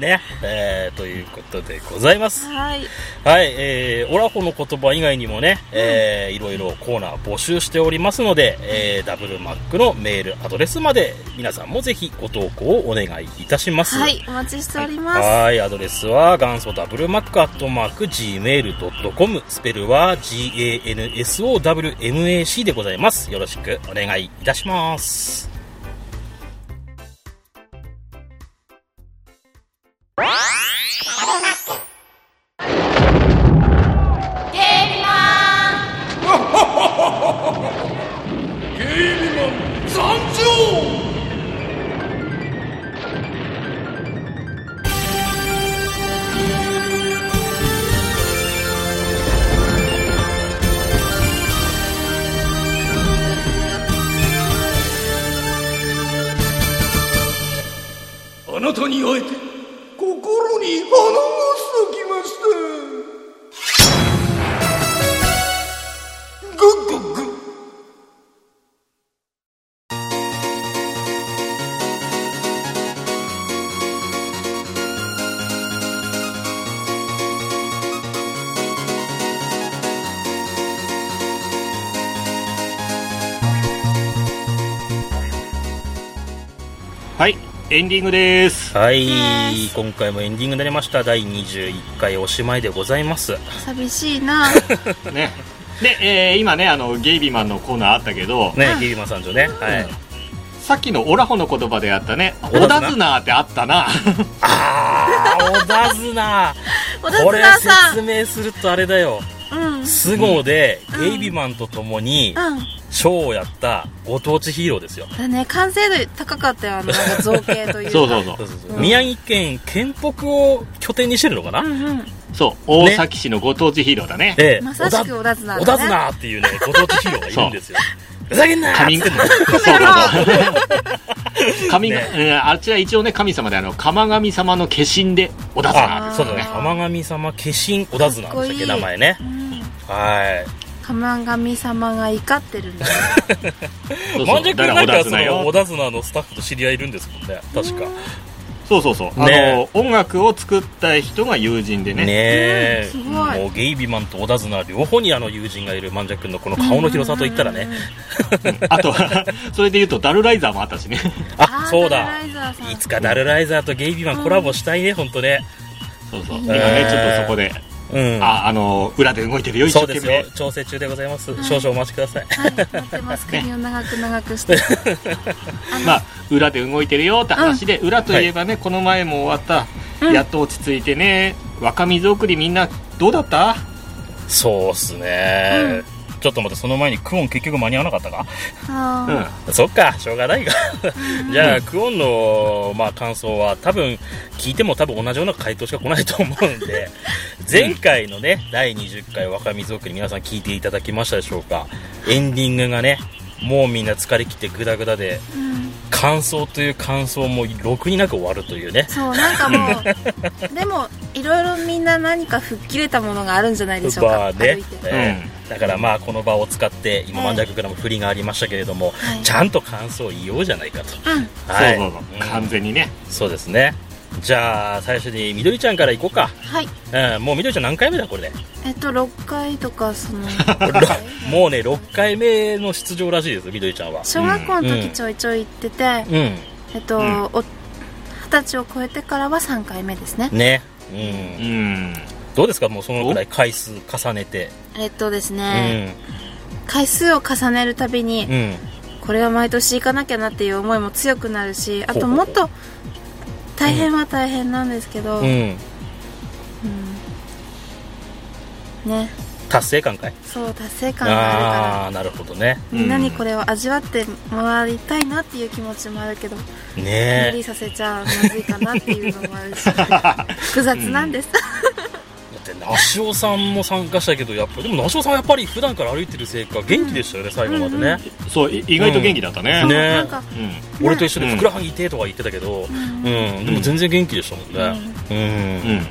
Speaker 4: ね。えーということでございます。
Speaker 5: はい。
Speaker 4: はい、えー、オラホの言葉以外にもね、えーいろいろコーナー募集しておりますので、えーダブルマックのメールアドレスまで皆さんもぜひご投稿をお願いいたします。
Speaker 5: はい、お待ちしております。
Speaker 4: はい、アドレスは元祖ダブルマックアットマーク Gmail.com スペルは GANSOWMAC でございます。よろしくお願いいたします。
Speaker 8: あなたに会えて心に花が咲きましたグッグッグッ
Speaker 3: はい。エンディングです。
Speaker 4: はい
Speaker 5: で、
Speaker 4: 今回もエンディングになりました。第21回おしまいでございます。
Speaker 5: 寂しい な。
Speaker 3: ね。で、えー今ね、あの、ゲイビーマンのコーナーあったけど、
Speaker 4: ね、ギリマさんとね。はい。
Speaker 3: さっきのオラホの言葉であったね、
Speaker 4: オ
Speaker 3: オ
Speaker 4: ダ
Speaker 3: ダズ
Speaker 4: ズナ
Speaker 3: ナーってあったな。
Speaker 4: あー、小田綱。
Speaker 5: おと
Speaker 4: こ
Speaker 5: ず
Speaker 4: れ
Speaker 5: なさ
Speaker 4: 説明するとあれだよ。
Speaker 5: ん。うん。うん。
Speaker 4: スゴで、ゲイビマンと共に、ショーをやったご当地ヒーローですよ。
Speaker 5: だね、完成度高かったよ、あの、なんか造形というか。
Speaker 3: そうそうそう
Speaker 4: そう。そうそう
Speaker 5: うん
Speaker 4: 宮城県県北を拠点にしてるのかな、
Speaker 5: うんうん。
Speaker 3: そう、大崎市のご当地ヒーローだね。
Speaker 4: ええ
Speaker 5: まさしく
Speaker 4: 小
Speaker 5: 小田綱だ
Speaker 4: 田小田
Speaker 5: ね。
Speaker 4: 綱って いうねご当地ヒーローがいるんですよふざけんなー
Speaker 3: 神
Speaker 4: っ
Speaker 3: が
Speaker 4: て
Speaker 3: そうそうそう。神が、
Speaker 4: ね
Speaker 3: うんあちら一応ね、神様で、あの、鎌神様の化身で、小田さん。
Speaker 4: あそうだね浜神様化身小田綱でしたっ
Speaker 5: かっこい
Speaker 4: け
Speaker 5: い
Speaker 4: 名前ね
Speaker 5: うん。
Speaker 4: はい
Speaker 5: 鎌神様が怒ってるんだね。
Speaker 3: そうそ
Speaker 4: ま
Speaker 3: うん
Speaker 4: じゃく
Speaker 3: だ
Speaker 4: ん
Speaker 3: から
Speaker 4: な
Speaker 3: 小
Speaker 4: ん
Speaker 3: 田
Speaker 4: かそ
Speaker 3: 綱
Speaker 4: の小
Speaker 3: よ。
Speaker 4: 田綱のスタッフと知り合いいるんですもんね確か
Speaker 3: そうそうそう。あ
Speaker 4: ね
Speaker 3: の、音楽を作った人が友人で
Speaker 4: ね
Speaker 3: ね。
Speaker 4: え、
Speaker 5: うんすごい
Speaker 4: もうゲイビマンと小田綱両方にあの友人がいるまんじゃくんのこの顔の広さといったらね、
Speaker 3: あとは、それで言うと、ダルライザーもあったしね。
Speaker 4: あそうだ
Speaker 5: い
Speaker 4: いつかダルライザーとゲイビマンコラボしたいね、ほんとね
Speaker 3: そうそう。
Speaker 5: いい
Speaker 3: 今
Speaker 5: ね
Speaker 3: ね、ちょっとそこで、
Speaker 4: うん
Speaker 3: あ、あの、裏で動いてるよ、一
Speaker 4: そ
Speaker 3: 生
Speaker 4: うで
Speaker 3: 懸
Speaker 4: すよ
Speaker 3: 命。
Speaker 4: 調整中でございます、少々お待ちください
Speaker 5: はい、待ってます。首を長く長くして。
Speaker 3: まあ、裏で動いてるよって話で、裏といえばね、この前も終わった、やっと落ち着いてね、若水送りみんな、どうだった
Speaker 4: そうっすね、ちょっと待ってその前にクオン結局間に合わなかった か
Speaker 5: あ
Speaker 3: う
Speaker 5: ー
Speaker 3: ん。
Speaker 4: そっか しょうがないがじゃあ、クオンの、まあ、感想は多分聞いても多分同じような回答しか来ないと思うんで前回のね第20回若水送り皆さん聞いていただきましたでしょうかエンディングがねもうみんな疲れきってグダグダで
Speaker 5: うん。
Speaker 4: 感想という感想もろくになく終わるというね
Speaker 5: そう、なんかもう、でも、いろいろみんな何か吹っ切れたものがあるんじゃないでしょうか。
Speaker 4: バーね
Speaker 5: 歩いて、
Speaker 4: ええだからまあこの場を使って今
Speaker 5: はい
Speaker 4: 万弱からも振りがありましたけれども、
Speaker 5: はい
Speaker 4: ちゃんと感想を言おうじゃないかと、
Speaker 5: うん。
Speaker 4: はい、
Speaker 3: そうそうそう、
Speaker 4: ん
Speaker 3: 完全にね
Speaker 4: そうですねじゃあ最初にみどりちゃんから行こうか、
Speaker 5: はい。
Speaker 4: うん、もうみどりちゃん何回目だこれ で
Speaker 5: えっと、6回とか、その、
Speaker 4: もうね6回目の出場らしいですみどりちゃんは
Speaker 5: 小学校の時ちょいちょい行ってて、
Speaker 4: うん
Speaker 5: えっと、
Speaker 3: うん
Speaker 5: お二十歳を超えてからは3回目ですね。
Speaker 4: ねう、
Speaker 3: うんん
Speaker 4: どうですかもうそのくらい回数重ねて
Speaker 5: えっとです
Speaker 4: う
Speaker 5: ね、
Speaker 4: ん
Speaker 5: 回数を重ねるたびに、
Speaker 4: うん
Speaker 5: これは毎年行かなきゃなっていう思いも強くなるし、あと
Speaker 4: ほうほ
Speaker 5: も
Speaker 4: う
Speaker 5: っと大変は大変なんですけど、
Speaker 4: うん
Speaker 5: ね、
Speaker 4: 達成感かい
Speaker 5: そう達成感がある
Speaker 4: ああーなるほどね
Speaker 5: からみんなにこれを味わってもらいたいなっていう気持ちもあるけど、無
Speaker 4: ねえ
Speaker 5: 理さ せちゃまずいかなっていうのもあるし複雑なんです、
Speaker 4: だってナシオさんも参加したけどやっぱりでもナシオさんはやっぱり普段から歩いてるせいか元気でしたよね、最後までね、
Speaker 3: そうい意外と元気だったね、
Speaker 4: うんね
Speaker 5: なんか
Speaker 3: うん
Speaker 4: 俺と一緒でふくらはぎ痛いとか言ってたけど、うんでも全然元気でしたもんね、うん
Speaker 3: うん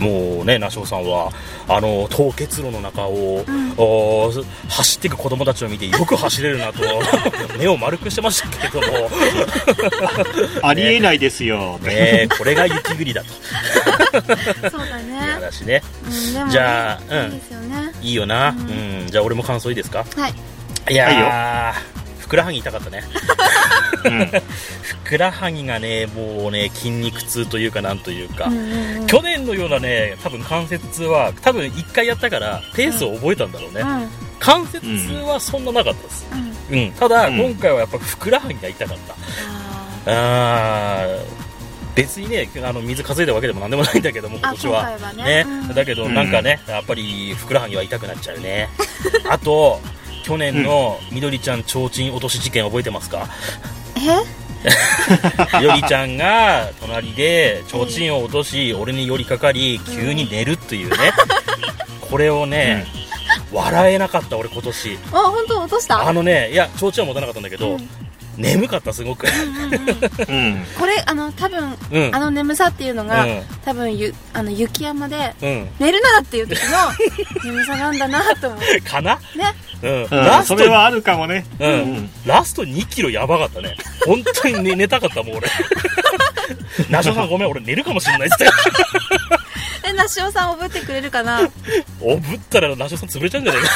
Speaker 4: もうね、ナショさんはあの凍結路の中を、おー走っていく子供たちを見てよく走れるなと 目を丸くしてましたけども、
Speaker 3: ありえないですよ、
Speaker 4: ね、これが雪国だと
Speaker 5: そうだね
Speaker 4: いう話ね
Speaker 5: うん、でもね
Speaker 4: じゃあうん
Speaker 5: いいですよね
Speaker 4: いいよな、うんじゃあ俺も感想いいですか
Speaker 5: はい
Speaker 4: いやー、ふくらはぎ痛かったねふくらはぎがねもうね筋肉痛というかなんというか、去年のようなね多分関節痛は多分1回やったからペースを覚えたんだろうね、
Speaker 5: うん
Speaker 4: 関節痛はそんななかったです、
Speaker 5: うん
Speaker 4: うんただ、
Speaker 3: うん
Speaker 4: 今回はやっぱふくらはぎが痛かった
Speaker 5: あ
Speaker 4: あー別にねあの水数えたわけでもなんでもないんだけども今年は
Speaker 5: 今回はねうん
Speaker 4: だけど
Speaker 3: うん
Speaker 4: なんかね、やっぱりふくらはぎは痛くなっちゃう ねあと去年のみどりちゃん提灯落とし事件覚えてますか
Speaker 5: ー
Speaker 4: みどりちゃんが隣で提灯を落とし俺に寄りかかり急に寝るっていうねこれをね、笑えなかった俺今年
Speaker 5: えあ本当落とした
Speaker 4: あのねいや提灯は持たなかったんだけど、
Speaker 5: うん
Speaker 4: 眠かったすごく
Speaker 3: うん、
Speaker 5: これあの多分、
Speaker 4: うん
Speaker 5: あの眠さっていうのが、
Speaker 4: うん
Speaker 5: 多分ゆあの雪山で
Speaker 4: うん
Speaker 5: 寝るならっていう時 の眠さなんだなと思って
Speaker 4: かな
Speaker 5: ね
Speaker 4: うん、
Speaker 3: うん、
Speaker 4: ラ
Speaker 3: そ
Speaker 4: ス
Speaker 3: れ
Speaker 4: ト
Speaker 3: はあるかもね
Speaker 4: うん、ラスト2キロやばかったね。本当に寝寝たかったもん、俺。 ナショさんごめん、俺寝るかもしれないっつって。
Speaker 5: えなしおさん覚えてくれるか ない
Speaker 4: おぶったらナショさん潰れちゃうんじゃないか。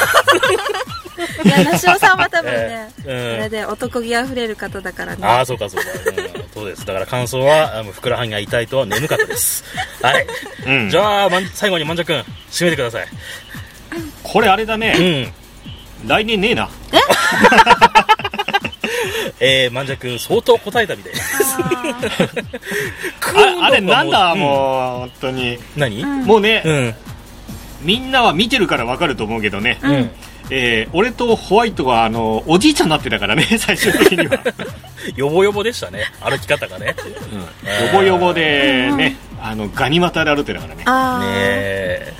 Speaker 5: やなしおさんは多分ね、
Speaker 4: ええうん
Speaker 5: これで男気あふれる方だからね
Speaker 4: ああ、そうかそうか、うんそうです。だから感想は、あのふくらはぎが痛いと眠かったです。はい。
Speaker 3: うん
Speaker 4: じゃあ、まん最後にまんじゃくん、締めてください。
Speaker 3: これあれだ
Speaker 4: う
Speaker 3: ね、
Speaker 4: ん。
Speaker 3: 来年ねえな
Speaker 4: えー、まんじゃくん、相当答えたみたいです。
Speaker 3: ああれなんだ
Speaker 4: う。
Speaker 3: もう本当に
Speaker 4: ん何うん。
Speaker 3: もうね、
Speaker 4: うん。
Speaker 3: みんなは見てるからわかると思うけどね、
Speaker 4: うん。
Speaker 3: えー俺とホワイトはあのおじいちゃんになってたからね 最終的には
Speaker 4: よぼよぼでしたね。歩き方がね。
Speaker 3: ヨボヨボでね、あのガニ股で歩いてたからね
Speaker 5: あ
Speaker 4: ね
Speaker 5: ー
Speaker 4: え。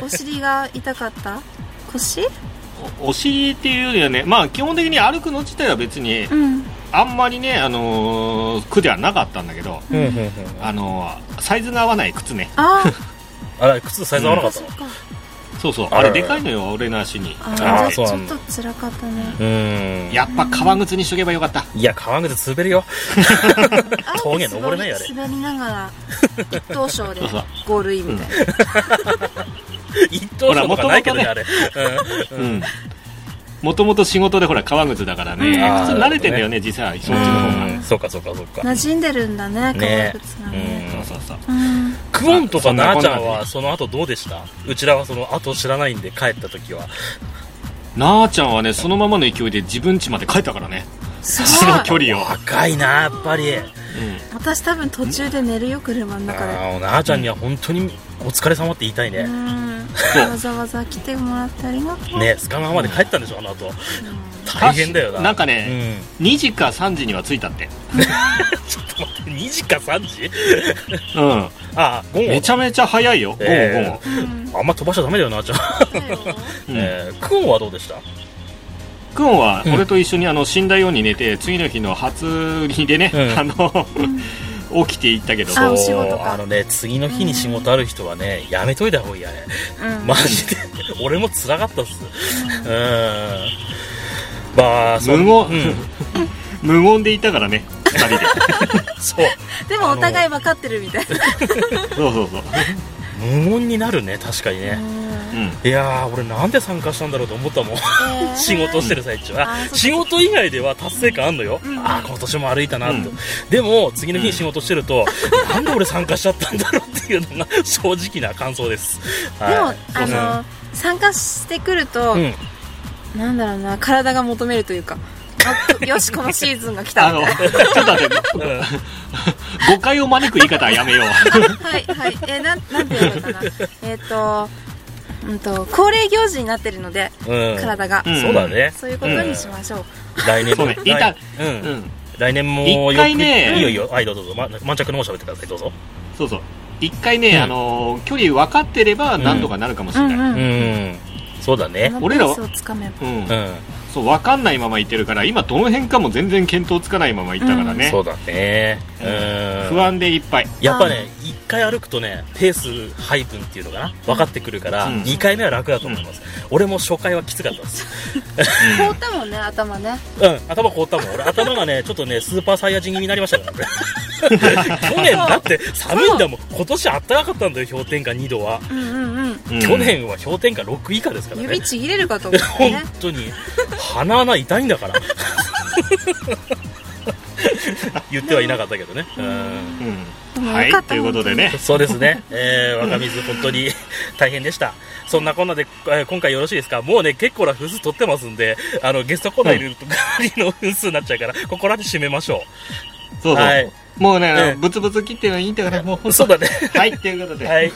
Speaker 5: お尻が痛かった腰
Speaker 3: おお尻っていうよりはねまあ基本的に歩くの自体は別に
Speaker 5: うん
Speaker 3: あんまりね、あのー苦ではなかったんだけど、
Speaker 4: うんうんうん。
Speaker 3: あのーサイズが合わない靴ね
Speaker 5: あ ー
Speaker 4: あら、靴サイズ合わなか
Speaker 5: あ
Speaker 4: った
Speaker 5: そ
Speaker 4: の
Speaker 5: っか
Speaker 3: そうそうあ
Speaker 4: あらら
Speaker 3: れでかいのよ俺の足に
Speaker 5: あー
Speaker 4: あー
Speaker 5: じゃあ
Speaker 4: そ
Speaker 5: ち
Speaker 4: う
Speaker 5: ょ
Speaker 4: な
Speaker 5: っ
Speaker 4: んだ
Speaker 5: と辛かったね
Speaker 4: うん。いや、
Speaker 3: やっぱ革靴にしとけばよかった
Speaker 4: いや、革靴滑る よ。峠登れないよあれ
Speaker 5: 滑りながら一等賞で
Speaker 3: そうそう
Speaker 5: ゴールインみたいな
Speaker 4: 一等賞とかないけどね、あれ。
Speaker 3: うんもともと仕事でほら革靴だからね、
Speaker 5: うん
Speaker 3: 靴慣れてんだよね実際そっちの方が、
Speaker 4: うんそうか、そうか、そうか。
Speaker 5: 馴染んでるんだね
Speaker 4: ね
Speaker 5: 革靴がね
Speaker 4: うん
Speaker 3: そうそうそう
Speaker 5: うん
Speaker 4: クオンとか
Speaker 3: そんな
Speaker 4: な
Speaker 3: こ
Speaker 4: あ
Speaker 3: ん
Speaker 4: ち
Speaker 3: な
Speaker 4: ゃ
Speaker 3: で
Speaker 4: んは、その後どうでしたうちらはその後知らないんで、帰った時は。
Speaker 3: なあちゃんはねそのままの勢いで自分家まで帰ったからね
Speaker 5: す
Speaker 3: 足の距
Speaker 5: ごい
Speaker 3: 離を
Speaker 4: 若いな、やっぱり。あ
Speaker 5: 私多分途中で寝るよ車の中で
Speaker 4: ーなあちゃんには本当にお疲れ様って言いたいうね。
Speaker 5: ん
Speaker 3: そう
Speaker 5: わざわざ来てもらってありがとう
Speaker 4: ねスカマまで帰ったんでしょ、あの後。大変だよな。
Speaker 3: なんか
Speaker 4: う
Speaker 3: ね、
Speaker 4: ん。
Speaker 3: 2時か3時には着いたって
Speaker 4: ちょっと待って、2時か3時
Speaker 3: うん
Speaker 4: あー、午後。
Speaker 3: めちゃめちゃ早いよ午後午後
Speaker 4: えーあんま飛ばしちゃダメだよな、あちゃん。
Speaker 5: だよ
Speaker 3: うん
Speaker 4: えークオンはどうでした
Speaker 3: くんは
Speaker 4: うん
Speaker 3: 俺と一緒にあの死んだように寝て次の日の初売りでね、
Speaker 4: うん
Speaker 3: あの 起きていったけど
Speaker 5: あお仕事か
Speaker 4: あのね次の日に仕事ある人はねやめといた方がいいやね、
Speaker 5: うん
Speaker 4: マジで 俺も辛かったっすうんまあそ
Speaker 3: 無言
Speaker 4: うん
Speaker 3: 無言でいたからね2人で
Speaker 4: そう
Speaker 5: でもお互い分かってるみたいな
Speaker 3: そうそうそう、
Speaker 4: 無言になるね確かにね、
Speaker 3: うん、
Speaker 4: いやー俺なんで参加したんだろうと思ったもん
Speaker 5: えー
Speaker 4: 仕事してる最中
Speaker 5: あー
Speaker 4: は
Speaker 5: そっか
Speaker 4: 仕事以外では達成感あんのよ、ああ今年も歩いたなと、
Speaker 3: うん
Speaker 4: でも次の日仕事して ると、なんで俺参加しちゃったんだろうっていうのが 正直な感想です
Speaker 5: でも
Speaker 4: は
Speaker 5: あ
Speaker 4: い
Speaker 5: の参加してくると
Speaker 4: うん、
Speaker 5: なんだろうな体が求めるというかあよしこのシーズンが来た
Speaker 3: あ
Speaker 5: み
Speaker 3: の
Speaker 5: たいな
Speaker 3: ちょっと待って
Speaker 4: うん
Speaker 3: 誤解を招く言い方はやめよう
Speaker 5: はいはい、えー、なんなんて言えばいいかなえっ、と,、うん、と恒例行事になってるので、
Speaker 4: うん
Speaker 5: 体が、
Speaker 3: うん
Speaker 4: そうだね。
Speaker 5: そういうことにしましょう、
Speaker 4: 来年
Speaker 3: そ
Speaker 4: も
Speaker 3: うねいた
Speaker 4: 来う。
Speaker 3: うんん
Speaker 4: 来年もよく
Speaker 3: 一回ね
Speaker 4: いいよいいよ。はいどうぞどうぞ。ま、満着の方喋ってください。どうぞ。
Speaker 3: そうそう一回ね、
Speaker 4: うん
Speaker 3: あの距離分かってれば何とかなるかもしれない、うん
Speaker 5: うん
Speaker 4: う
Speaker 5: うん
Speaker 4: んそうだね
Speaker 5: この
Speaker 3: 俺ら
Speaker 5: ペ
Speaker 3: は
Speaker 5: ースをつかめ
Speaker 4: う
Speaker 5: ば
Speaker 4: ん
Speaker 3: そう分かんないまま行ってるから今どの辺かも全然見当つかないまま行ったからね、
Speaker 4: そうだねうん
Speaker 3: 不安でいっぱい
Speaker 4: やっぱね一回歩くとねペース配分っていうのかな分かってくるから、
Speaker 3: うん
Speaker 4: 二回目は楽だと思います、俺も初回はきつかったです
Speaker 5: 凍ったもんね頭ね
Speaker 4: うん、頭凍ったもん。俺、頭がね、ちょっとね、スーパーサイヤ人気になりました から、ね、去年だって寒いんだもん。今年あったかかったんだよ、氷点下2度は。
Speaker 5: うんうんうん
Speaker 3: うん
Speaker 4: 去年は氷点下6以下ですからね
Speaker 5: 指。ちぎれるかと思った
Speaker 4: 本
Speaker 5: ね
Speaker 4: 当に。鼻穴痛いんだ から。言ってはいなかったけどね。うん。
Speaker 3: うん
Speaker 5: も
Speaker 3: は
Speaker 5: よ
Speaker 3: い
Speaker 5: かった
Speaker 3: ということでね
Speaker 4: そうですね。えー、若水、本当に大変でした。そんなこんなで、えー今回よろしいですかもうね、結構な分数取ってますんで、あの、ゲストコーナー入れると、かなりの分数になっちゃうから、ここらで締めましょう。
Speaker 3: そうそう、
Speaker 4: はい
Speaker 3: もうね、
Speaker 4: ええ
Speaker 3: ブツブツ切ってもいいんだからもう本当
Speaker 4: そうだね。
Speaker 3: はいということで、
Speaker 4: はい。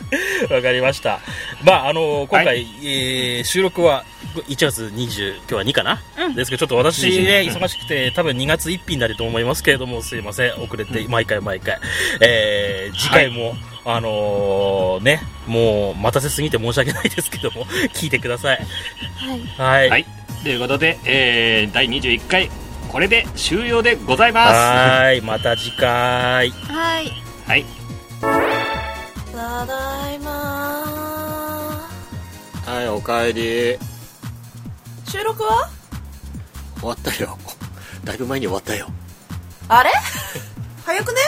Speaker 4: わかりました。まあ、あの今回、
Speaker 3: は
Speaker 4: えー収録は1月20、今日は2かな、ですけど、ちょっと私ね、忙しくて、多分2月1日になると思いますけれども、すいません。遅れて、毎回毎回。えー次回も、あのーね、もう、待たせすぎて申し訳ないですけども、聞いてください。
Speaker 5: はい
Speaker 4: はい。
Speaker 3: はいということで、えー、第21回これで終了でございます
Speaker 4: はーい。また次回。
Speaker 5: はい
Speaker 3: はい
Speaker 5: ただいま
Speaker 3: はいおかえり
Speaker 5: 収録は
Speaker 3: 終わったよだいぶ前に終わったよ
Speaker 5: あれ早くね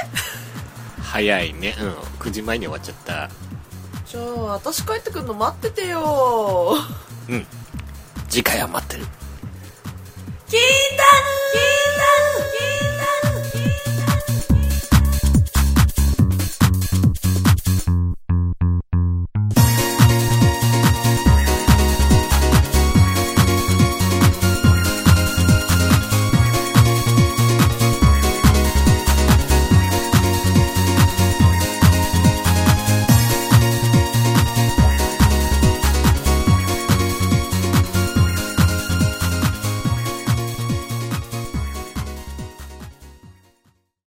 Speaker 3: 早いねうん9時前に終わっちゃった
Speaker 5: じゃあ私帰ってくるの待っててよ
Speaker 3: 次回は待ってる
Speaker 5: 聞いた聞いた聞いた